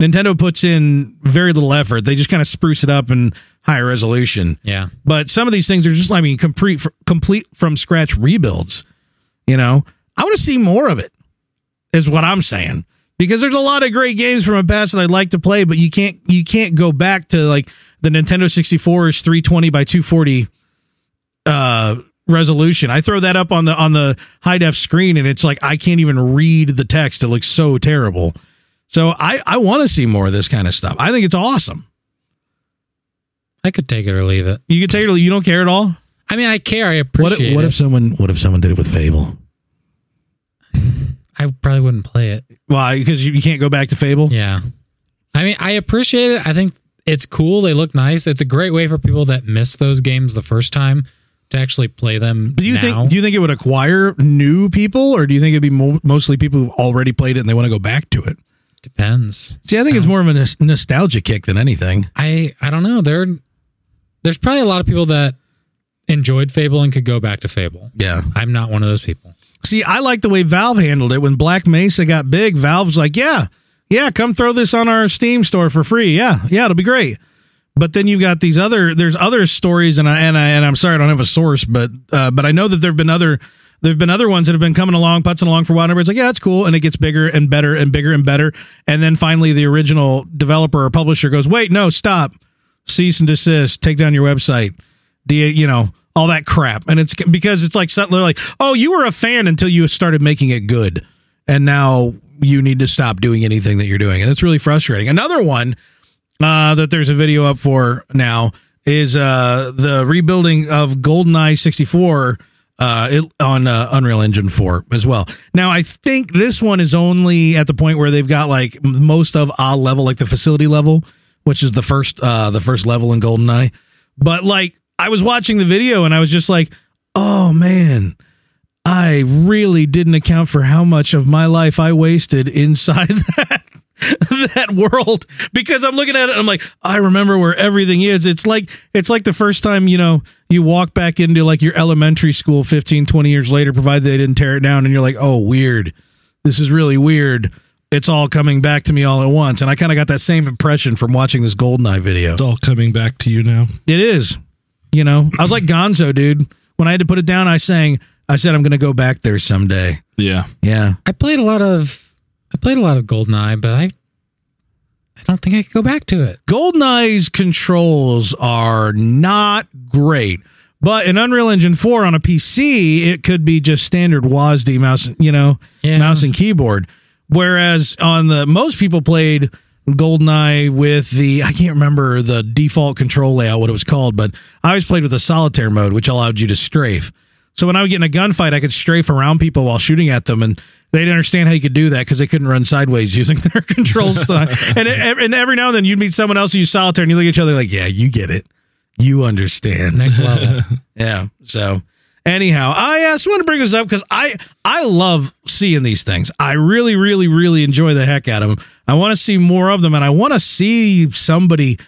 Speaker 1: Nintendo puts in very little effort, they just kind of spruce it up and high resolution.
Speaker 3: Yeah.
Speaker 1: But some of these things are just, I mean, complete complete from scratch rebuilds. You know, I want to see more of it. Is what I'm saying because there's a lot of great games from a past that I'd like to play, but you can't you can't go back to like the Nintendo 64's 320 by 240 uh, resolution. I throw that up on the on the high def screen, and it's like I can't even read the text. It looks so terrible. So I I want to see more of this kind of stuff. I think it's awesome.
Speaker 3: I could take it or leave it.
Speaker 1: You can take it. or- You don't care at all.
Speaker 3: I mean, I care. I
Speaker 1: What if,
Speaker 3: appreciate
Speaker 1: what
Speaker 3: it.
Speaker 1: if someone what if someone did it with Fable?
Speaker 3: I probably wouldn't play it.
Speaker 1: Why? Because you, you can't go back to Fable.
Speaker 3: Yeah. I mean, I appreciate it. I think it's cool. They look nice. It's a great way for people that miss those games the first time to actually play them.
Speaker 1: Do you
Speaker 3: now.
Speaker 1: think do you think it would acquire new people, or do you think it'd be mo- mostly people who've already played it and they want to go back to it?
Speaker 3: Depends.
Speaker 1: See, I think it's more of a nos- nostalgia kick than anything.
Speaker 3: I I don't know. There, there's probably a lot of people that enjoyed Fable and could go back to Fable.
Speaker 1: Yeah.
Speaker 3: I'm not one of those people.
Speaker 1: See, I like the way Valve handled it when Black Mesa got big. Valve's like, yeah, yeah, come throw this on our Steam store for free. Yeah, yeah, it'll be great. But then you've got these other there's other stories, and I and I and I'm sorry I don't have a source, but uh, but I know that there've been other there've been other ones that have been coming along, putzing along for a while. And everybody's like, yeah, that's cool, and it gets bigger and better and bigger and better, and then finally the original developer or publisher goes, wait, no, stop, cease and desist, take down your website, the you know all that crap, and it's because it's like something like, oh, you were a fan until you started making it good, and now you need to stop doing anything that you're doing, and it's really frustrating. Another one uh, that there's a video up for now is uh, the rebuilding of GoldenEye 64 uh, it, on uh, Unreal Engine 4 as well. Now, I think this one is only at the point where they've got like m- most of a level, like the facility level, which is the first uh, the first level in GoldenEye. But like, I was watching the video and I was just like, oh man. I really didn't account for how much of my life I wasted inside that that world because I'm looking at it and I'm like I remember where everything is it's like it's like the first time you know you walk back into like your elementary school 15 20 years later provided they didn't tear it down and you're like oh weird this is really weird it's all coming back to me all at once. And I kind of got that same impression from watching this Goldeneye video.
Speaker 2: It's all coming back to you now.
Speaker 1: It is. You know, I was like Gonzo, dude. When I had to put it down, I sang, I said, I'm going to go back there someday.
Speaker 2: Yeah.
Speaker 1: Yeah.
Speaker 3: I played a lot of I played a lot of Goldeneye, but I I don't think I could go back to it.
Speaker 1: GoldenEye's controls are not great, but in Unreal Engine 4 on a PC, it could be just standard WASD mouse, you know,
Speaker 3: Yeah.
Speaker 1: mouse and keyboard. Whereas on the most people played GoldenEye with the I can't remember the default control layout what it was called, but I always played with the solitaire mode, which allowed you to strafe. So when I would get in a gunfight, I could strafe around people while shooting at them, and they didn't understand how you could do that because they couldn't run sideways using their control stuff. And it, and every now and then you'd meet someone else who used solitaire, and you look at each other like, "Yeah, you get it, you understand."
Speaker 3: Next level.
Speaker 1: Yeah. So anyhow, I uh, just want to bring this up because I I love seeing these things. I really, really, really enjoy the heck out of them. I want to see more of them, and I want to see somebody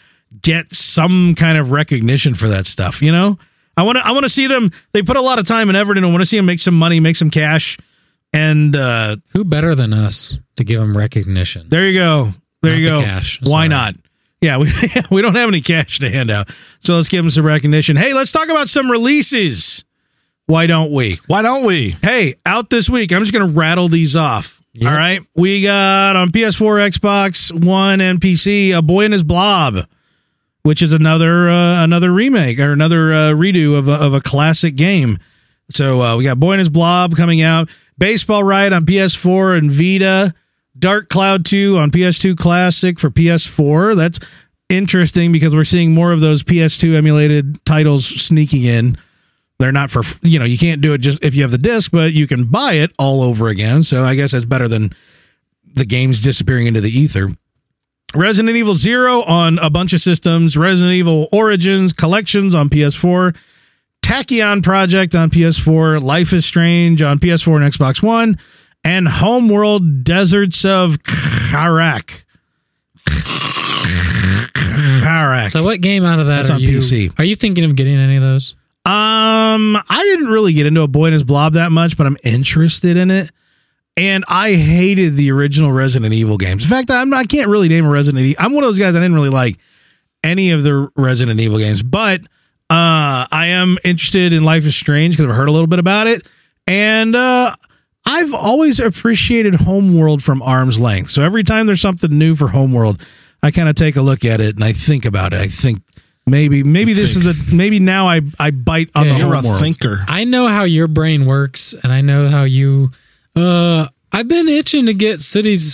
Speaker 1: get some kind of recognition for that stuff. You know, I want to I want to see them. They put a lot of time and effort in. I want to see them make some money, make some cash, and uh,
Speaker 3: Who better than us to give him recognition?
Speaker 1: there you go. There
Speaker 3: Not
Speaker 1: you
Speaker 3: the
Speaker 1: go.
Speaker 3: cash.
Speaker 1: Why
Speaker 3: Sorry.
Speaker 1: not? Yeah, we we don't have any cash to hand out, so let's give them some recognition. Hey, let's talk about some releases. Why don't we?
Speaker 2: Why don't we?
Speaker 1: Hey, out this week. I'm just going to rattle these off.
Speaker 3: Yeah.
Speaker 1: All right. We got on PS4, Xbox One, and PC A Boy and His Blob, which is another uh, another remake or another uh, redo of a, of a classic game. So uh, we got Boy and His Blob coming out, Baseball Riot on PS4 and Vita, Dark Cloud 2 on PS2 Classic for PS4. That's interesting because we're seeing more of those PS2 emulated titles sneaking in they're not for you know you can't do it just if you have the disc but you can buy it all over again so i guess that's better than the games disappearing into the ether resident evil zero on a bunch of systems resident evil origins collections on ps4 tachyon project on ps4 life is strange on ps4 and xbox one and homeworld deserts of karak karak
Speaker 3: So what game out of that
Speaker 1: That's
Speaker 3: are
Speaker 1: on
Speaker 3: you
Speaker 1: PC.
Speaker 3: are you thinking of getting any of those?
Speaker 1: Um, I didn't really get into a boy and his blob that much, but I'm interested in it. And I hated the original Resident Evil games. In fact, I'm not, I can't really name a Resident Evil. I'm one of those guys I didn't really like any of the Resident Evil games, but uh, I am interested in Life is Strange because I've heard a little bit about it, and uh, I've always appreciated Homeworld from arm's length. So every time there's something new for Homeworld, I kind of take a look at it and I think about it. I think maybe maybe this is the maybe now I I bite on
Speaker 3: Yeah,
Speaker 1: the
Speaker 2: You're a
Speaker 1: Homeworld.
Speaker 2: thinker.
Speaker 3: I know how your brain works and I know how you uh I've been itching to get Cities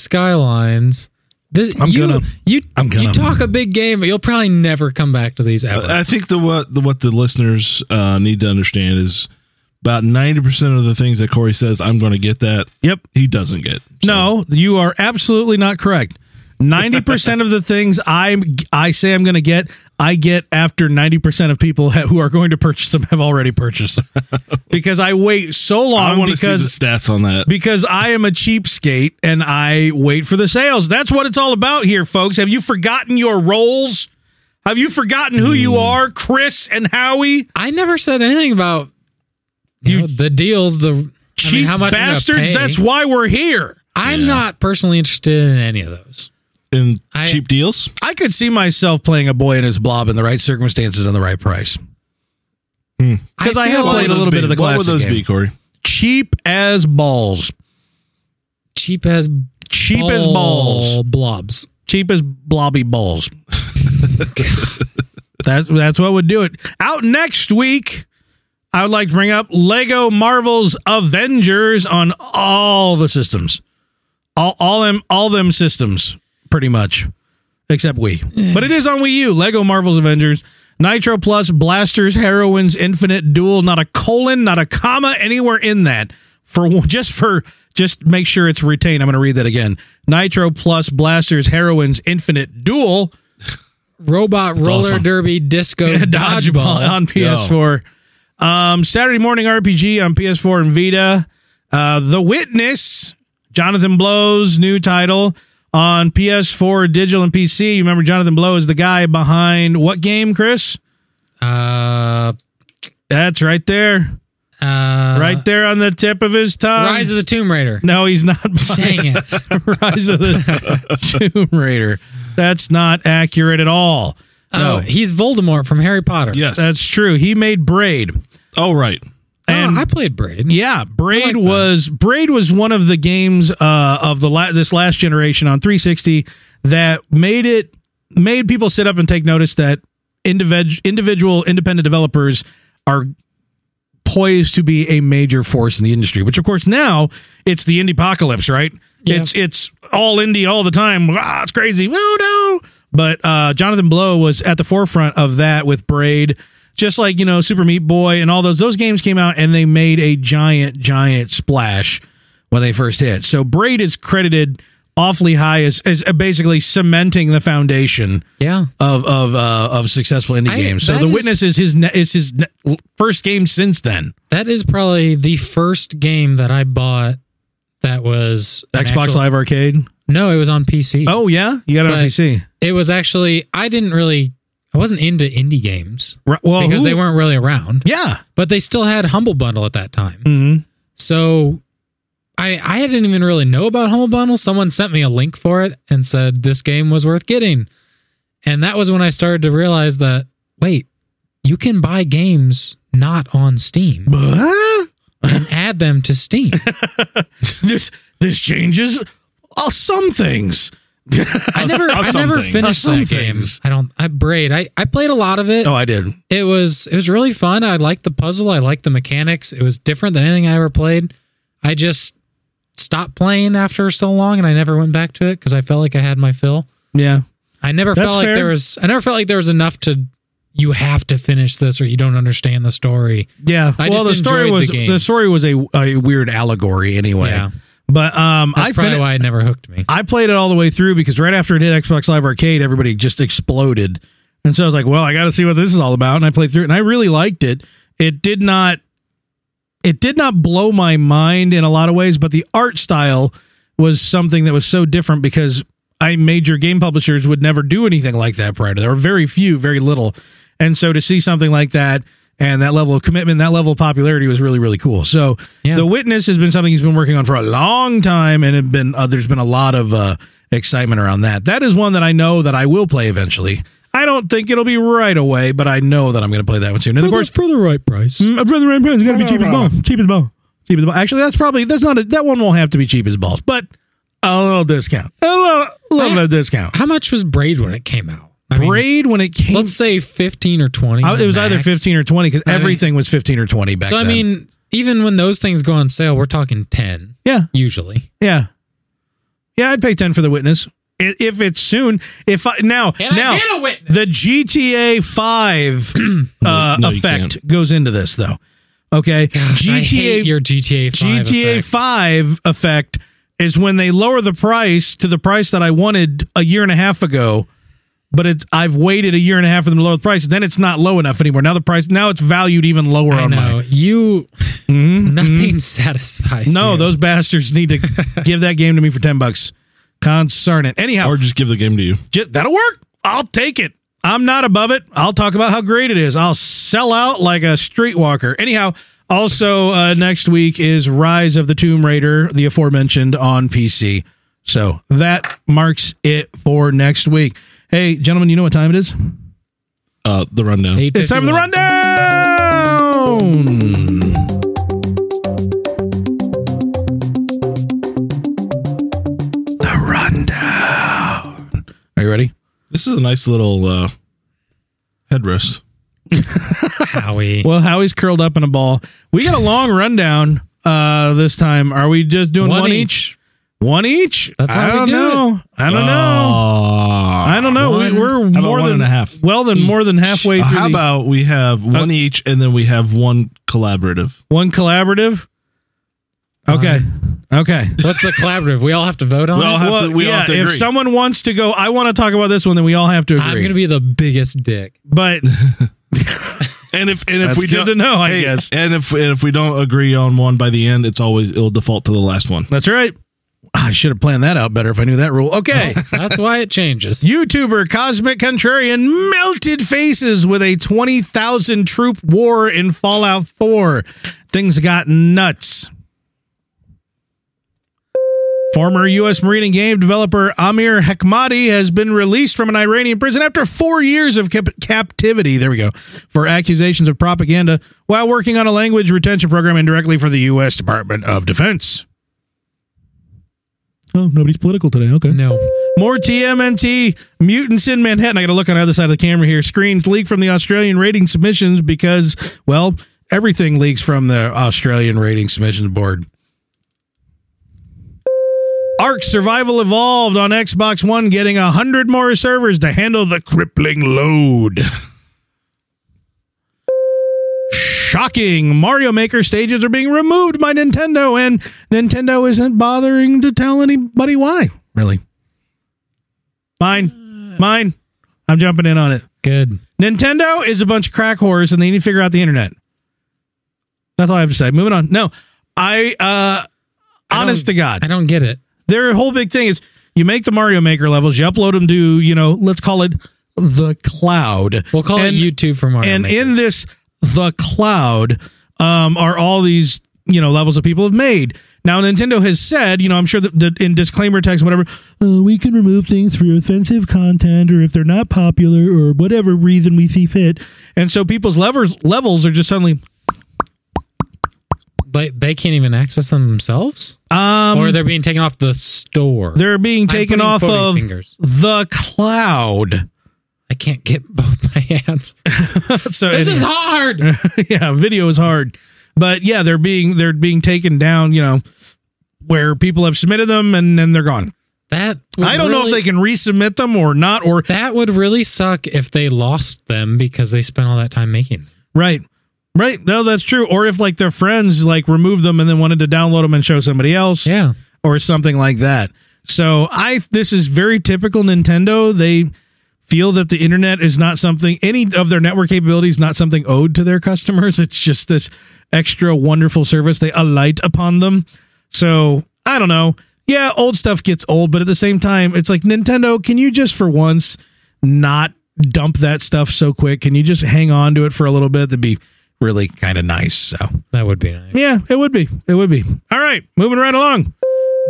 Speaker 3: Skylines. This,
Speaker 1: I'm
Speaker 3: you,
Speaker 1: gonna-
Speaker 3: you
Speaker 1: I'm gonna. Uh,
Speaker 3: you talk a big game, but you'll probably never come back to these ever.
Speaker 2: I think the what the what the listeners uh, need to understand is about ninety percent of the things that Corey says, I'm going to get that.
Speaker 1: Yep.
Speaker 2: He doesn't get. So-
Speaker 1: No, you are absolutely not correct. Ninety percent of the things I I say I'm going to get, I get after ninety percent of people ha- who are going to purchase them have already purchased them, because I wait so
Speaker 2: I
Speaker 1: long
Speaker 2: want to see the
Speaker 1: because
Speaker 2: stats on that.
Speaker 1: because I am a cheapskate and I wait for the sales. That's what it's all about here, folks. Have you forgotten your roles? Have you forgotten who
Speaker 2: Mm.
Speaker 1: you are, Chris and Howie?
Speaker 3: I never said anything about you,
Speaker 1: You-
Speaker 3: know, the deals, the
Speaker 1: Cheap
Speaker 3: I mean, how much I'm gonna
Speaker 1: bastards.
Speaker 3: pay.
Speaker 1: That's why we're here.
Speaker 3: I'm not personally interested in any of those.
Speaker 2: And
Speaker 3: I-
Speaker 2: cheap deals.
Speaker 1: I could see myself playing a boy and his blob in the right circumstances and the right price. Because I have
Speaker 3: feel
Speaker 1: played
Speaker 2: What would
Speaker 1: a
Speaker 2: those
Speaker 1: little bit of
Speaker 2: be?
Speaker 1: the
Speaker 2: What would
Speaker 1: classic
Speaker 2: those
Speaker 1: game.
Speaker 2: be, Corey?
Speaker 1: cheap as balls.
Speaker 3: cheap as
Speaker 1: Cheap as balls.
Speaker 3: blobs.
Speaker 1: Cheap as blobby balls. that's that's what would do it. Out next week, I would like to bring up Lego Marvel's Avengers on all the systems. All all them all them systems, pretty much. Except Wii. but it is on Wii U, Lego Marvel's Avengers. Nitro Plus, Blasters, Heroines, Infinite Duel, not a colon, not a comma anywhere in that. For just for just make sure it's retained. I'm going to read that again. Nitro Plus, Blasters, Heroines, Infinite Duel,
Speaker 3: Robot roller
Speaker 2: awesome.
Speaker 3: derby disco dodgeball.
Speaker 1: on PS4. Um, Saturday morning RPG on PS4 and Vita. Uh, the Witness, Jonathan Blow's new title on PS4, digital, and PC. You remember Jonathan Blow is the guy behind what game, Chris?
Speaker 3: Uh,
Speaker 1: That's right there.
Speaker 3: Uh,
Speaker 1: right uh, there on the tip of his tongue.
Speaker 3: Rise of the Tomb Raider.
Speaker 1: no, he's not. buying
Speaker 3: Dang it.
Speaker 1: Rise of the Tomb Raider. That's not accurate at all.
Speaker 3: Oh,
Speaker 1: No.
Speaker 3: he's Voldemort from Harry Potter.
Speaker 2: Yes.
Speaker 1: That's true. He made Braid.
Speaker 2: oh, right.
Speaker 3: Oh,
Speaker 1: And
Speaker 3: I played Braid.
Speaker 1: Yeah, Ah, Braid
Speaker 3: like that.
Speaker 1: was Braid was one of the games uh, of the la- this last generation on 360 that made it made people sit up and take notice that individ- individual independent developers are poised to be a major force in the industry. Which of course now it's the indie apocalypse, right?
Speaker 3: Yeah.
Speaker 1: It's it's all indie all the time. Ah, it's crazy. Oh no! But uh, Jonathan Blow was at the forefront of that with Braid, just like you know Super Meat Boy and all those. Those games came out and they made a giant, giant splash when they first hit. So Braid is credited awfully high as, as uh, basically cementing the foundation
Speaker 3: Yeah.
Speaker 1: of of uh, of successful indie
Speaker 3: I-
Speaker 1: games. So
Speaker 3: that
Speaker 1: the
Speaker 3: is-
Speaker 1: witness is his ne- is his ne- first game since then.
Speaker 3: That is probably the first game that I bought that was an
Speaker 1: Xbox
Speaker 3: actual-
Speaker 1: Live Arcade.
Speaker 3: No, it was on PC.
Speaker 1: Oh yeah, you got it on
Speaker 3: But-
Speaker 1: PC.
Speaker 3: It was actually, I didn't really, I wasn't into indie games
Speaker 1: Right, well,
Speaker 3: because
Speaker 1: who-
Speaker 3: they weren't really around,
Speaker 1: yeah.
Speaker 3: but they still had Humble Bundle at that time.
Speaker 1: Mm-hmm.
Speaker 3: So I I didn't even really know about Humble Bundle. Someone sent me a link for it and said this game was worth getting. And that was when I started to realize that wait, you can buy games not on Steam and add them to Steam.
Speaker 1: this this changes uh, some things.
Speaker 3: I never I never
Speaker 2: something.
Speaker 3: finished
Speaker 1: Some
Speaker 3: that game.
Speaker 1: things.
Speaker 3: I don't I braid. I, I played a lot of it.
Speaker 1: Oh, I did.
Speaker 3: It was it was really fun. I liked the puzzle. I liked the mechanics. It was different than anything I ever played. I just stopped playing after so long and I never went back to it because I felt like I had my fill.
Speaker 1: Yeah.
Speaker 3: I never
Speaker 1: That's
Speaker 3: felt like
Speaker 1: fair.
Speaker 3: there was I never felt like there was enough to you have to finish this or you don't understand the story.
Speaker 1: Yeah.
Speaker 3: I
Speaker 1: well,
Speaker 3: just
Speaker 1: the story
Speaker 3: enjoyed the
Speaker 1: was the,
Speaker 3: game.
Speaker 1: story was a, a weird allegory anyway.
Speaker 3: Yeah.
Speaker 1: But um,
Speaker 3: That's
Speaker 1: I
Speaker 3: probably
Speaker 1: fin-
Speaker 3: why it never hooked me.
Speaker 1: I played it all the way through because right after it hit Xbox Live Arcade, everybody just exploded, and so I was like, "Well, I got to see what this is all about." And I played through it, and I really liked it. It did not, it did not blow my mind in a lot of ways, but the art style was something that was so different because I major game publishers would never do anything like that prior to there were very few, very little, and so to see something like that and that level of commitment, that level of popularity was really really cool. So
Speaker 3: Yeah.
Speaker 1: the Witness has been something he's been working on for a long time, and it been uh, there's been a lot of uh, excitement around that. That is one that I know that I will play eventually. I don't think it'll be right away, but I know that I'm going to play that one soon. And of course,
Speaker 3: for the right price.
Speaker 1: Mm, Brother Rand Brown's got to be cheap as ball. Cheap as ball. Cheap as ball. Actually, that's probably that's not a, that one won't have to be cheap as balls, but a little discount. A little, little bit of discount.
Speaker 3: How much was Braid when it came out? I mean,
Speaker 1: Braid when it came,
Speaker 3: let's say 15 or 20.
Speaker 1: I- it was either
Speaker 3: max.
Speaker 1: 15 or 20 because
Speaker 3: I mean-
Speaker 1: everything was 15 or 20 back
Speaker 3: So I
Speaker 1: then.
Speaker 3: mean, even when those things go on sale, we're talking 10
Speaker 1: yeah,
Speaker 3: usually.
Speaker 1: yeah, yeah. I'd pay 10 for the witness I- if it's soon. If I now now
Speaker 3: a witness?
Speaker 1: the GTA 5 uh,
Speaker 2: No, no, you
Speaker 1: effect goes into this though. Okay,
Speaker 3: GTA, I hate your GTA 5
Speaker 1: GTA
Speaker 3: effect.
Speaker 1: 5 effect is when they lower the price to the price that I wanted a year and a half ago, but it's I've waited a year and a half for them to lower the price. Then it's not low enough anymore. Now the price now it's valued even lower
Speaker 3: I
Speaker 1: on
Speaker 3: know.
Speaker 1: my
Speaker 3: You,
Speaker 1: Mhm,
Speaker 3: nothing
Speaker 1: mhm.
Speaker 3: satisfies
Speaker 1: No,
Speaker 3: you.
Speaker 1: those bastards need to give that game to me for ten bucks. Concern it. Anyhow,
Speaker 2: Or just give the game to you.
Speaker 1: j- that'll work. I'll take it. I'm not above it. I'll talk about how great it is. I'll sell out like a streetwalker. Anyhow, also uh, next week is Rise of the Tomb Raider, the aforementioned on PC. So that marks it for next week. Hey, gentlemen, you know what time it is?
Speaker 2: Uh, the rundown.
Speaker 1: It's time for the
Speaker 3: 851.
Speaker 1: rundown. The rundown. Are you ready?
Speaker 2: This is a nice little uh, headrest.
Speaker 3: Howie.
Speaker 1: Well, Howie's curled up in a ball. We got a long rundown uh this time. Are we just doing one,
Speaker 3: One
Speaker 1: each? One each?
Speaker 3: That's how
Speaker 1: I
Speaker 3: we
Speaker 1: don't
Speaker 3: do
Speaker 1: know. I don't know.
Speaker 2: Ah.
Speaker 1: I don't know.
Speaker 3: one-
Speaker 1: we, we're
Speaker 2: about
Speaker 1: more
Speaker 2: Oh, one
Speaker 1: than
Speaker 2: and a half?
Speaker 1: Well, then more than halfway
Speaker 2: Uh,
Speaker 1: through.
Speaker 2: how
Speaker 1: the- Uh,
Speaker 2: about we have one each and then we have one collaborative?
Speaker 1: one collaborative? Okay. Okay.
Speaker 3: What's the collaborative? We all have to vote on
Speaker 2: We all
Speaker 3: it?
Speaker 2: have to- we all have to
Speaker 1: if
Speaker 2: agree.
Speaker 1: someone wants to go, I want to talk about this one, then we all have to
Speaker 3: I'm
Speaker 1: agree.
Speaker 3: going to be the biggest dick.
Speaker 1: but
Speaker 2: And if and if
Speaker 1: That's
Speaker 2: we
Speaker 1: good
Speaker 2: don't
Speaker 1: to know, I guess.
Speaker 2: And if and if we don't agree on one by the end, it's always it'll default to the last one.
Speaker 1: that's right. I should have planned that out better if I knew that rule. Okay.
Speaker 3: That's why it changes.
Speaker 1: YouTuber Cosmic Contrarian melted faces with a 20,000 troop war in Fallout 4. Things got nuts. Former U.S. Marine and game developer Amir Hekmati has been released from an Iranian prison after four years of cap- captivity. There we go. For accusations of propaganda while working on a language retention program indirectly for the U.S. Department of Defense. Oh, nobody's political today. Okay.
Speaker 3: No.
Speaker 1: More TMNT mutants in Manhattan. I got to look on the other side of the camera here. Screens leak from the Australian rating submissions because, well, everything leaks from the Australian rating submissions board. Ark Survival Evolved on Xbox One getting 100 more servers to handle the crippling load. Shocking. Mario Maker stages are being removed by Nintendo, and Nintendo isn't bothering to tell anybody why, really. Mine. Mine. I'm jumping in on it.
Speaker 3: Good.
Speaker 1: Nintendo is a bunch of crack whores and they need to figure out the internet. That's all I have to say. Moving on. No, I, uh,
Speaker 3: I
Speaker 1: honest to
Speaker 3: don't-
Speaker 1: God,
Speaker 3: I don't get it.
Speaker 1: their whole big thing is you make the Mario Maker levels, you upload them to, you know, let's call it the cloud.
Speaker 3: We'll call
Speaker 1: And-
Speaker 3: it YouTube for Mario.
Speaker 1: and
Speaker 3: Maker.
Speaker 1: in this the cloud um, are all these you know levels that people have made now nintendo has said you know i'm sure that, that in disclaimer text whatever uh, we can remove things for offensive content or if they're not popular or whatever reason we see fit and so people's levels levels are just suddenly
Speaker 3: they, they can't even access them themselves,
Speaker 1: um
Speaker 3: or they're being taken off the store.
Speaker 1: they're being
Speaker 3: I'm
Speaker 1: taken
Speaker 3: putting
Speaker 1: off
Speaker 3: quoting
Speaker 1: of
Speaker 3: fingers.
Speaker 1: the cloud
Speaker 3: I can't get both my hands.
Speaker 1: so
Speaker 3: This
Speaker 1: anyway.
Speaker 3: is hard.
Speaker 1: yeah, video is hard. But yeah, they're being they're being taken down, you know, where people have submitted them and then they're gone.
Speaker 3: That would
Speaker 1: I don't know if
Speaker 3: really-
Speaker 1: they can resubmit them or not or
Speaker 3: That would really suck if they lost them because they spent all that time making. them.
Speaker 1: right. Right. No, that's true. Or if like their friends like removed them and then wanted to download them and show somebody else
Speaker 3: Yeah.
Speaker 1: or something like that. So I this is very typical Nintendo. They feel that the internet is not something any of their network capabilities not something owed to their customers. It's just this extra wonderful service they alight upon them. So I don't know. Yeah, old stuff gets old, but at the same time, it's like Nintendo, can you just for once not dump that stuff so quick? Can you just hang on to it for a little bit? That'd be really kind of nice. So
Speaker 3: That would be nice.
Speaker 1: yeah, it would be. It would be. All right, moving right along.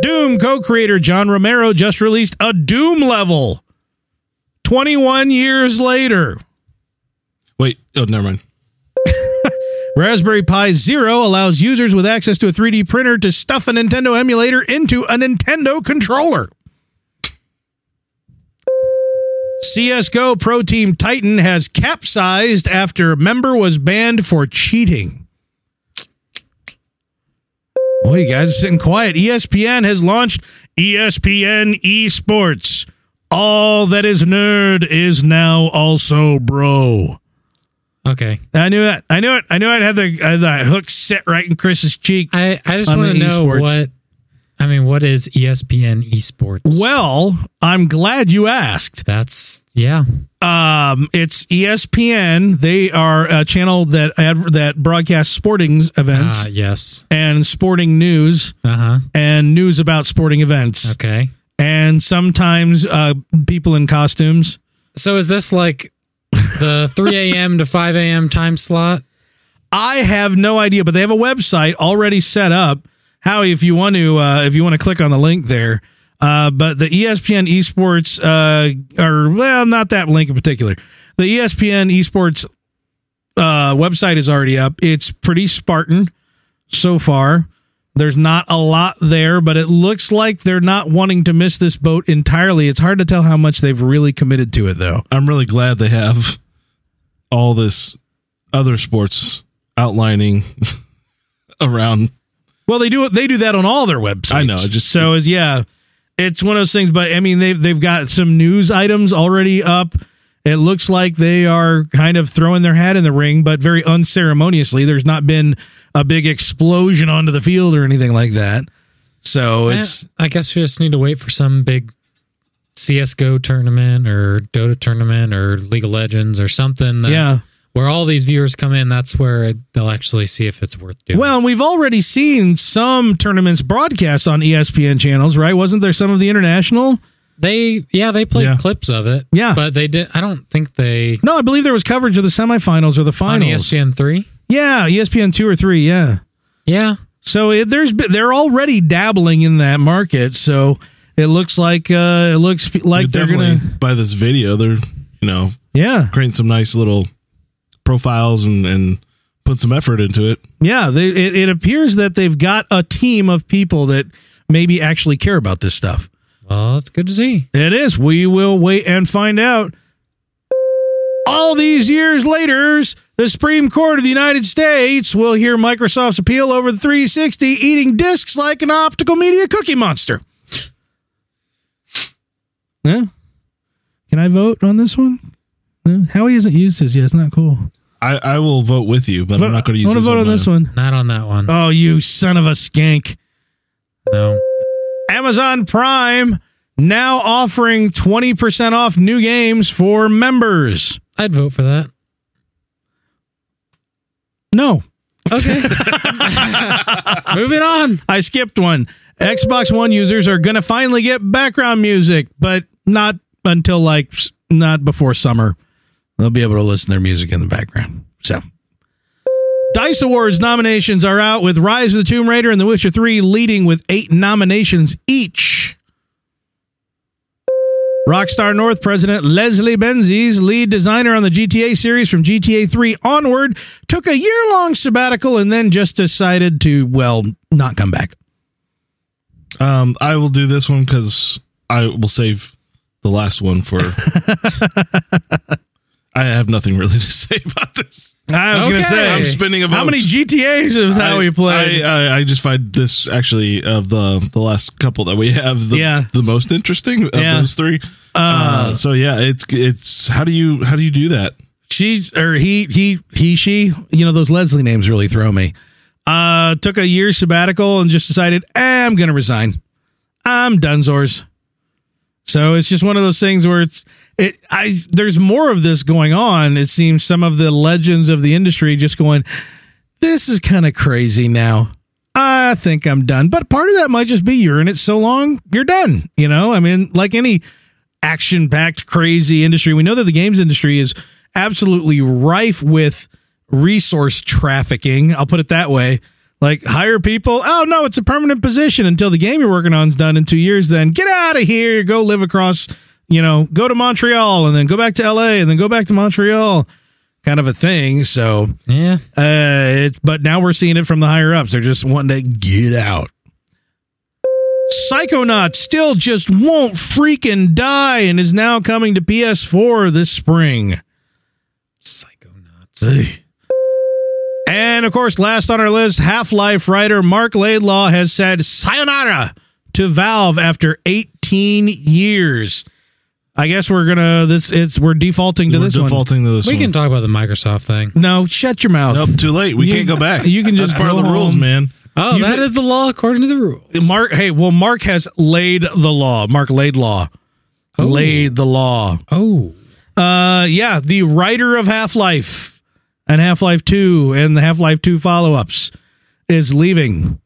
Speaker 1: Doom co creator John Romero just released a Doom level 21 years later.
Speaker 2: Wait, oh, never mind.
Speaker 1: Raspberry Pi Zero allows users with access to a 3D printer to stuff a Nintendo emulator into a Nintendo controller. CSGO Pro Team Titan has capsized after member was banned for cheating. Boy, you guys are sitting quiet. E ESPN has launched E ESPN Esports. All that is nerd is now also bro.
Speaker 3: Okay.
Speaker 1: I knew it. I knew it. I knew I'd have the, uh, the hook set right in Chris's cheek.
Speaker 3: I, I just
Speaker 1: On
Speaker 3: want
Speaker 1: the
Speaker 3: to know
Speaker 1: esports.
Speaker 3: what I mean. What is E ESPN esports?
Speaker 1: Well, I'm glad you asked.
Speaker 3: that's yeah.
Speaker 1: Um, it's ESPN. They are a channel that adver- that broadcasts sporting events
Speaker 3: Uh, yes.
Speaker 1: and sporting news
Speaker 3: Uh huh.
Speaker 1: and news about sporting events
Speaker 3: Okay.
Speaker 1: and sometimes uh, people in costumes.
Speaker 3: So is this like the 3 a.m. to 5 a.m. time slot?
Speaker 1: I have no idea, but they have a website already set up. Howie, if you want to, uh, if you want to click on the link there, uh, but the ESPN Esports, uh, or well, not that link in particular. The E ESPN Esports uh, website is already up. It's pretty Spartan so far. There's not a lot there, but it looks like they're not wanting to miss this boat entirely. It's hard to tell how much they've really committed to it, though.
Speaker 2: I'm really glad they have all this other sports outlining around.
Speaker 1: Well, they do they do that on all their websites.
Speaker 2: I know, it just-
Speaker 1: so it's yeah, it's one of those things. But I mean, they've they've got some news items already up. It looks like they are kind of throwing their hat in the ring, but very unceremoniously. There's not been a big explosion onto the field or anything like that. So
Speaker 2: Eh,
Speaker 1: it's
Speaker 3: Eh, I, I guess we just need to wait for some big CS:GO tournament or Dota tournament or League of Legends or something. That
Speaker 1: yeah.
Speaker 3: where all these viewers come in, that's where they'll actually see if it's worth doing.
Speaker 1: Well, and we've already seen some tournaments broadcast on E ESPN channels, right? Wasn't there some of the international?
Speaker 3: they yeah they played
Speaker 2: Yeah.
Speaker 3: clips of it.
Speaker 1: Yeah.
Speaker 3: but they did. I don't think they
Speaker 1: No, I believe there was coverage of the semifinals or the
Speaker 3: on
Speaker 2: E
Speaker 3: E
Speaker 1: finals.
Speaker 3: ESPN three.
Speaker 1: yeah, E ESPN two or three. Yeah.
Speaker 3: Yeah,
Speaker 1: So it, there's been- they're already dabbling in that market. So it looks like uh, it looks p- like
Speaker 2: But
Speaker 1: they're
Speaker 2: definitely
Speaker 1: gonna
Speaker 2: by this video, they're you know
Speaker 1: yeah
Speaker 2: creating some nice little profiles and and put some effort into it.
Speaker 1: yeah. They, it, it appears that they've got a team of people that maybe actually care about this stuff.
Speaker 3: well, it's good to see.
Speaker 1: It is. We will wait and find out. All these years later, the Supreme Court of the United States will hear Microsoft's appeal over the 360 eating discs like an optical media cookie monster. Yeah. Can I vote on this one? No. Howie hasn't used his yet. It's not cool.
Speaker 2: I I will vote with you, but I'm not going to
Speaker 1: I
Speaker 2: use
Speaker 1: wanna
Speaker 2: this.
Speaker 1: vote on
Speaker 2: my-
Speaker 1: this one.
Speaker 3: Not on that one.
Speaker 1: Oh, you son of a skank.
Speaker 3: No.
Speaker 1: Amazon Prime now offering 20% off new games for members.
Speaker 3: I'd vote for that.
Speaker 1: No,
Speaker 3: Okay. Moving on.
Speaker 1: I skipped one. Xbox One users are going to finally get background music, but not until like s- not before summer. They'll be able to listen to their music in the background. So, Dice Awards nominations are out with Rise of the Tomb Raider and The Witcher 3 leading with eight nominations each. Rockstar North president Leslie Benzies, lead designer on the GTA series from GTA 3 onward, took a year long sabbatical and then just decided to, well, not come back.
Speaker 2: Um, I will do this one because I will save the last one for. I have nothing really to say about this.
Speaker 1: I was going
Speaker 3: Okay.
Speaker 1: to say,
Speaker 2: I'm spinning a vote.
Speaker 1: how many GTAs is how
Speaker 2: I-
Speaker 1: he played?
Speaker 2: I, I, I just find this actually of the the last couple that we have the
Speaker 1: Yeah.
Speaker 2: the most interesting of
Speaker 1: Yeah.
Speaker 2: those three. Uh, so yeah, it's it's how do you how do you do that?
Speaker 1: she or he, he, he, she. You know those Leslie names really throw me. Uh, took a year sabbatical and just decided eh, I'm going to resign. I'm Dunzors. So it's just one of those things where it's it. I there's more of this going on. It seems some of the legends of the industry just going. This is kind of crazy now. I think I'm done. But part of that might just be you're in it so long, you're done. You know, I mean, like any action packed, crazy industry. We know that the games industry is absolutely rife with resource trafficking. I'll put it that way. Like, hire people. Oh, no, it's a permanent position until the game you're working on is done in two years. Then get out of here. Go live across, you know, go to Montreal and then go back to LA and then go back to Montreal kind of a thing. So,
Speaker 3: Yeah.
Speaker 1: uh, it, but now we're seeing it from the higher ups. They're just wanting to get out. Psychonaut still just won't freaking die and is now coming to PS4 this spring.
Speaker 3: Psychonauts.
Speaker 1: And of course, last on our list, Half Life writer Mark Laidlaw has said sayonara to Valve after 18 years. I guess we're gonna this it's we're defaulting to
Speaker 2: We're
Speaker 1: this one.
Speaker 2: defaulting to this
Speaker 3: We
Speaker 2: one.
Speaker 3: can talk about the Microsoft thing.
Speaker 1: No, shut your mouth.
Speaker 2: nope, too late. We
Speaker 1: You-
Speaker 2: can't go back.
Speaker 1: you can just
Speaker 2: That's part of
Speaker 1: go
Speaker 2: the rules,
Speaker 1: home.
Speaker 2: man.
Speaker 3: Oh,
Speaker 1: You
Speaker 3: that
Speaker 1: did-
Speaker 3: is the law according to the rules.
Speaker 1: Mark, hey, well, Mark has laid the law. Mark Laidlaw
Speaker 3: Oh.
Speaker 1: laid the law.
Speaker 3: Oh,
Speaker 1: Uh, yeah, the writer of Half Life and Half Life Two and the Half Life Two follow ups is leaving,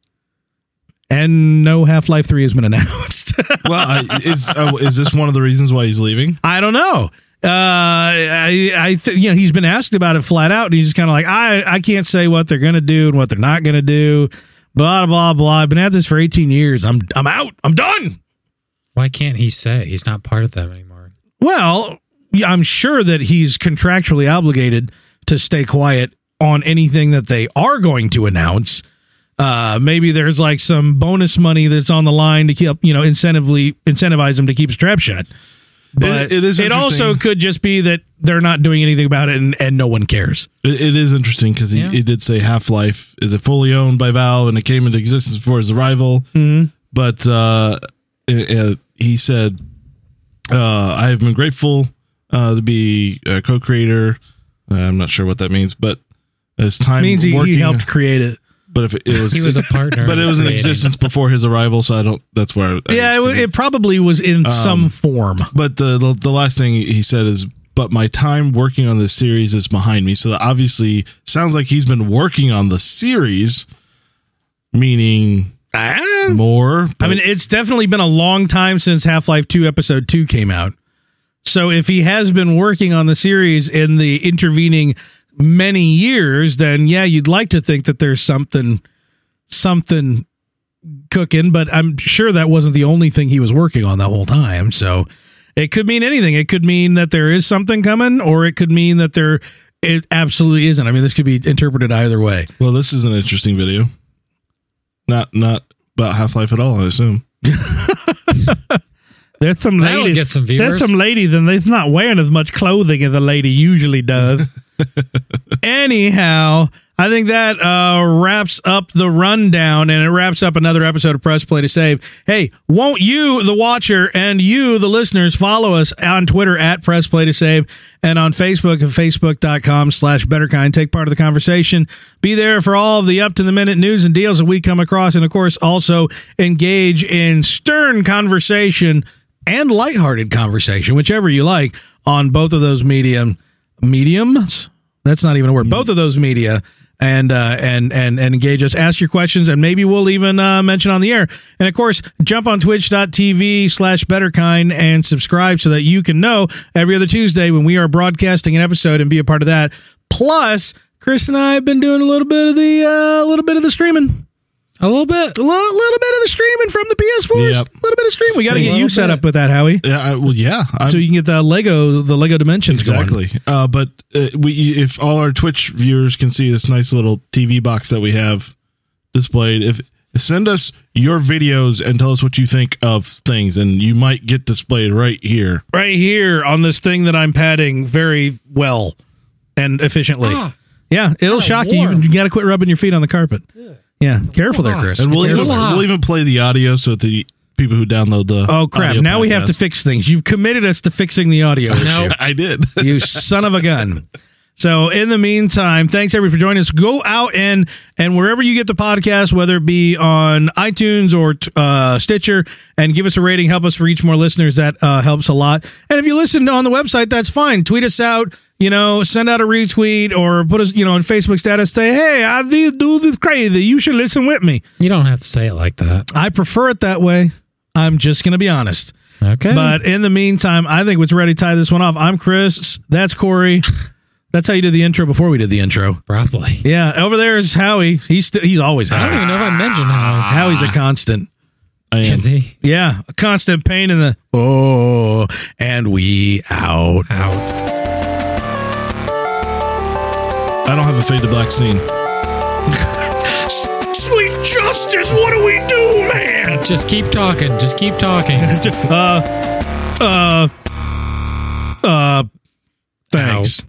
Speaker 1: and no Half Life Three has been announced.
Speaker 2: Well, I, is uh, is this one of the reasons why he's leaving?
Speaker 1: I don't know. Uh, I, I, th- you know, he's been asked about it flat out, and he's just kind of like, I, I can't say what they're gonna do and what they're not gonna do. Blah blah blah. I've been at this for eighteen years. I'm, I'm out. I'm done.
Speaker 3: why can't he say he's not part of them anymore?
Speaker 1: Well, yeah, I'm sure that he's contractually obligated to stay quiet on anything that they are going to announce. Uh, maybe there's like some bonus money that's on the line to keep, you know, incentively incentivize them to keep his trap shut. But
Speaker 2: it is
Speaker 1: It also
Speaker 2: interesting.
Speaker 1: could just be that they're not doing anything about it, and, and no one cares.
Speaker 2: It, it is interesting because he,
Speaker 3: Yeah.
Speaker 2: he did say Half Life is it fully owned by Valve and it came into existence before his arrival.
Speaker 1: Mm-hmm.
Speaker 2: But uh, it- it- he said, uh, "I have been grateful uh, to be a co-creator. Uh, I'm not sure what that means, but as time
Speaker 1: It means he,
Speaker 2: working,
Speaker 1: he helped create it.
Speaker 2: But if it, it was,
Speaker 3: He was a partner.
Speaker 2: but it was in
Speaker 3: creating.
Speaker 2: existence before his arrival, so I don't. That's where. I, I
Speaker 1: Yeah, it,
Speaker 2: was confused.
Speaker 1: it probably was in some form.
Speaker 2: But the, the the last thing he said is but my time working on this series is behind me. So that obviously sounds like he's been working on the series, meaning
Speaker 1: Ah.
Speaker 2: more.
Speaker 1: I
Speaker 2: but-
Speaker 1: mean, it's definitely been a long time since Half Life 2 Episode 2 came out. So if he has been working on the series in the intervening many years, then yeah, you'd like to think that there's something, something cooking, but I'm sure that wasn't the only thing he was working on that whole time. So it could mean anything. It could mean that there is something coming, or it could mean that there it absolutely isn't. I mean, this could be interpreted either way.
Speaker 2: well, this is an interesting video. Not not about Half Life at all, I assume.
Speaker 1: There's some
Speaker 3: That'll get some
Speaker 1: There's
Speaker 3: viewers.
Speaker 1: some lady then that's not wearing as much clothing as a lady usually does. Anyhow, I think that uh, wraps up the rundown and it wraps up another episode of Press Play to Save. Hey, won't you, the watcher, and you, the listeners, follow us on Twitter at Press Play to Save and on Facebook at facebook.com slash betterkind. Take part of the conversation. Be there for all of the up to the minute news and deals that we come across. And of course, also engage in stern conversation and lighthearted conversation, whichever you like, on both of those medium mediums. That's not even
Speaker 2: Mm-hmm.
Speaker 1: a word. Both of those media and uh, and and and engage us. Ask your questions, and maybe we'll even uh, mention on the air. And of course, jump on twitch.tv slash betterkind and subscribe so that you can know every other Tuesday when we are broadcasting an episode and be a part of that. Plus, Chris and I have been doing a little bit of the uh, a little bit of the streaming.
Speaker 3: a little bit.
Speaker 1: A little, little bit of the streaming from the PS4.
Speaker 2: Yep.
Speaker 1: A little bit of stream. We got to
Speaker 2: A
Speaker 1: get you
Speaker 2: little
Speaker 1: set
Speaker 2: bit.
Speaker 1: up with that, Howie
Speaker 2: Yeah, I, well, yeah, I'm,
Speaker 1: so you can get the Lego the Lego Dimensions going.
Speaker 2: exactly. Uh, but uh, we, if all our Twitch viewers can see this nice little TV box that we have displayed, if send us your videos and tell us what you think of things, and you might get displayed right here.
Speaker 1: right here on this thing that I'm padding very well and efficiently.
Speaker 3: Ah,
Speaker 1: yeah, it'll shock you.
Speaker 3: warm.
Speaker 1: You got to quit rubbing your feet on the carpet. Yeah, careful there,
Speaker 3: hot.
Speaker 1: Chris.
Speaker 2: And we'll
Speaker 1: It's
Speaker 2: even,
Speaker 1: everywhere.
Speaker 3: little hot.
Speaker 2: we'll even play the audio so that the people who download the
Speaker 1: oh crap!
Speaker 2: audio
Speaker 1: Now we have to
Speaker 2: podcast-
Speaker 1: fix things. You've committed us to fixing the audio
Speaker 3: No.
Speaker 1: issue.
Speaker 2: I did.
Speaker 1: You son of a gun. So in the meantime, thanks everybody for joining us. Go out and and wherever you get the podcast, whether it be on iTunes or uh, Stitcher, and give us a rating. Help us reach more listeners. That uh, helps a lot. And if you listen on the website, that's fine. Tweet us out. You know, send out a retweet or put us, you know, on Facebook status. Say, hey, I do do this crazy. You should listen with me.
Speaker 3: You don't have to say it like that.
Speaker 1: I prefer it that way. I'm just gonna be honest.
Speaker 3: Okay.
Speaker 1: But in the meantime, I think it's ready to tie this one off. I'm Chris. That's Corey. That's how you did the intro before we did the intro.
Speaker 3: probably.
Speaker 1: Yeah, over there is Howie. He's still he's always
Speaker 3: I don't
Speaker 1: Howie.
Speaker 3: even know if I mentioned how.
Speaker 1: Howie's a constant.
Speaker 2: I am.
Speaker 3: Is he
Speaker 1: Yeah, a constant pain in the oh, and we out.
Speaker 3: out?
Speaker 2: I don't have a fade to black scene.
Speaker 1: Sweet justice, what do we do, man?
Speaker 3: Just keep talking. Just keep talking.
Speaker 1: Uh, uh, uh. Thanks.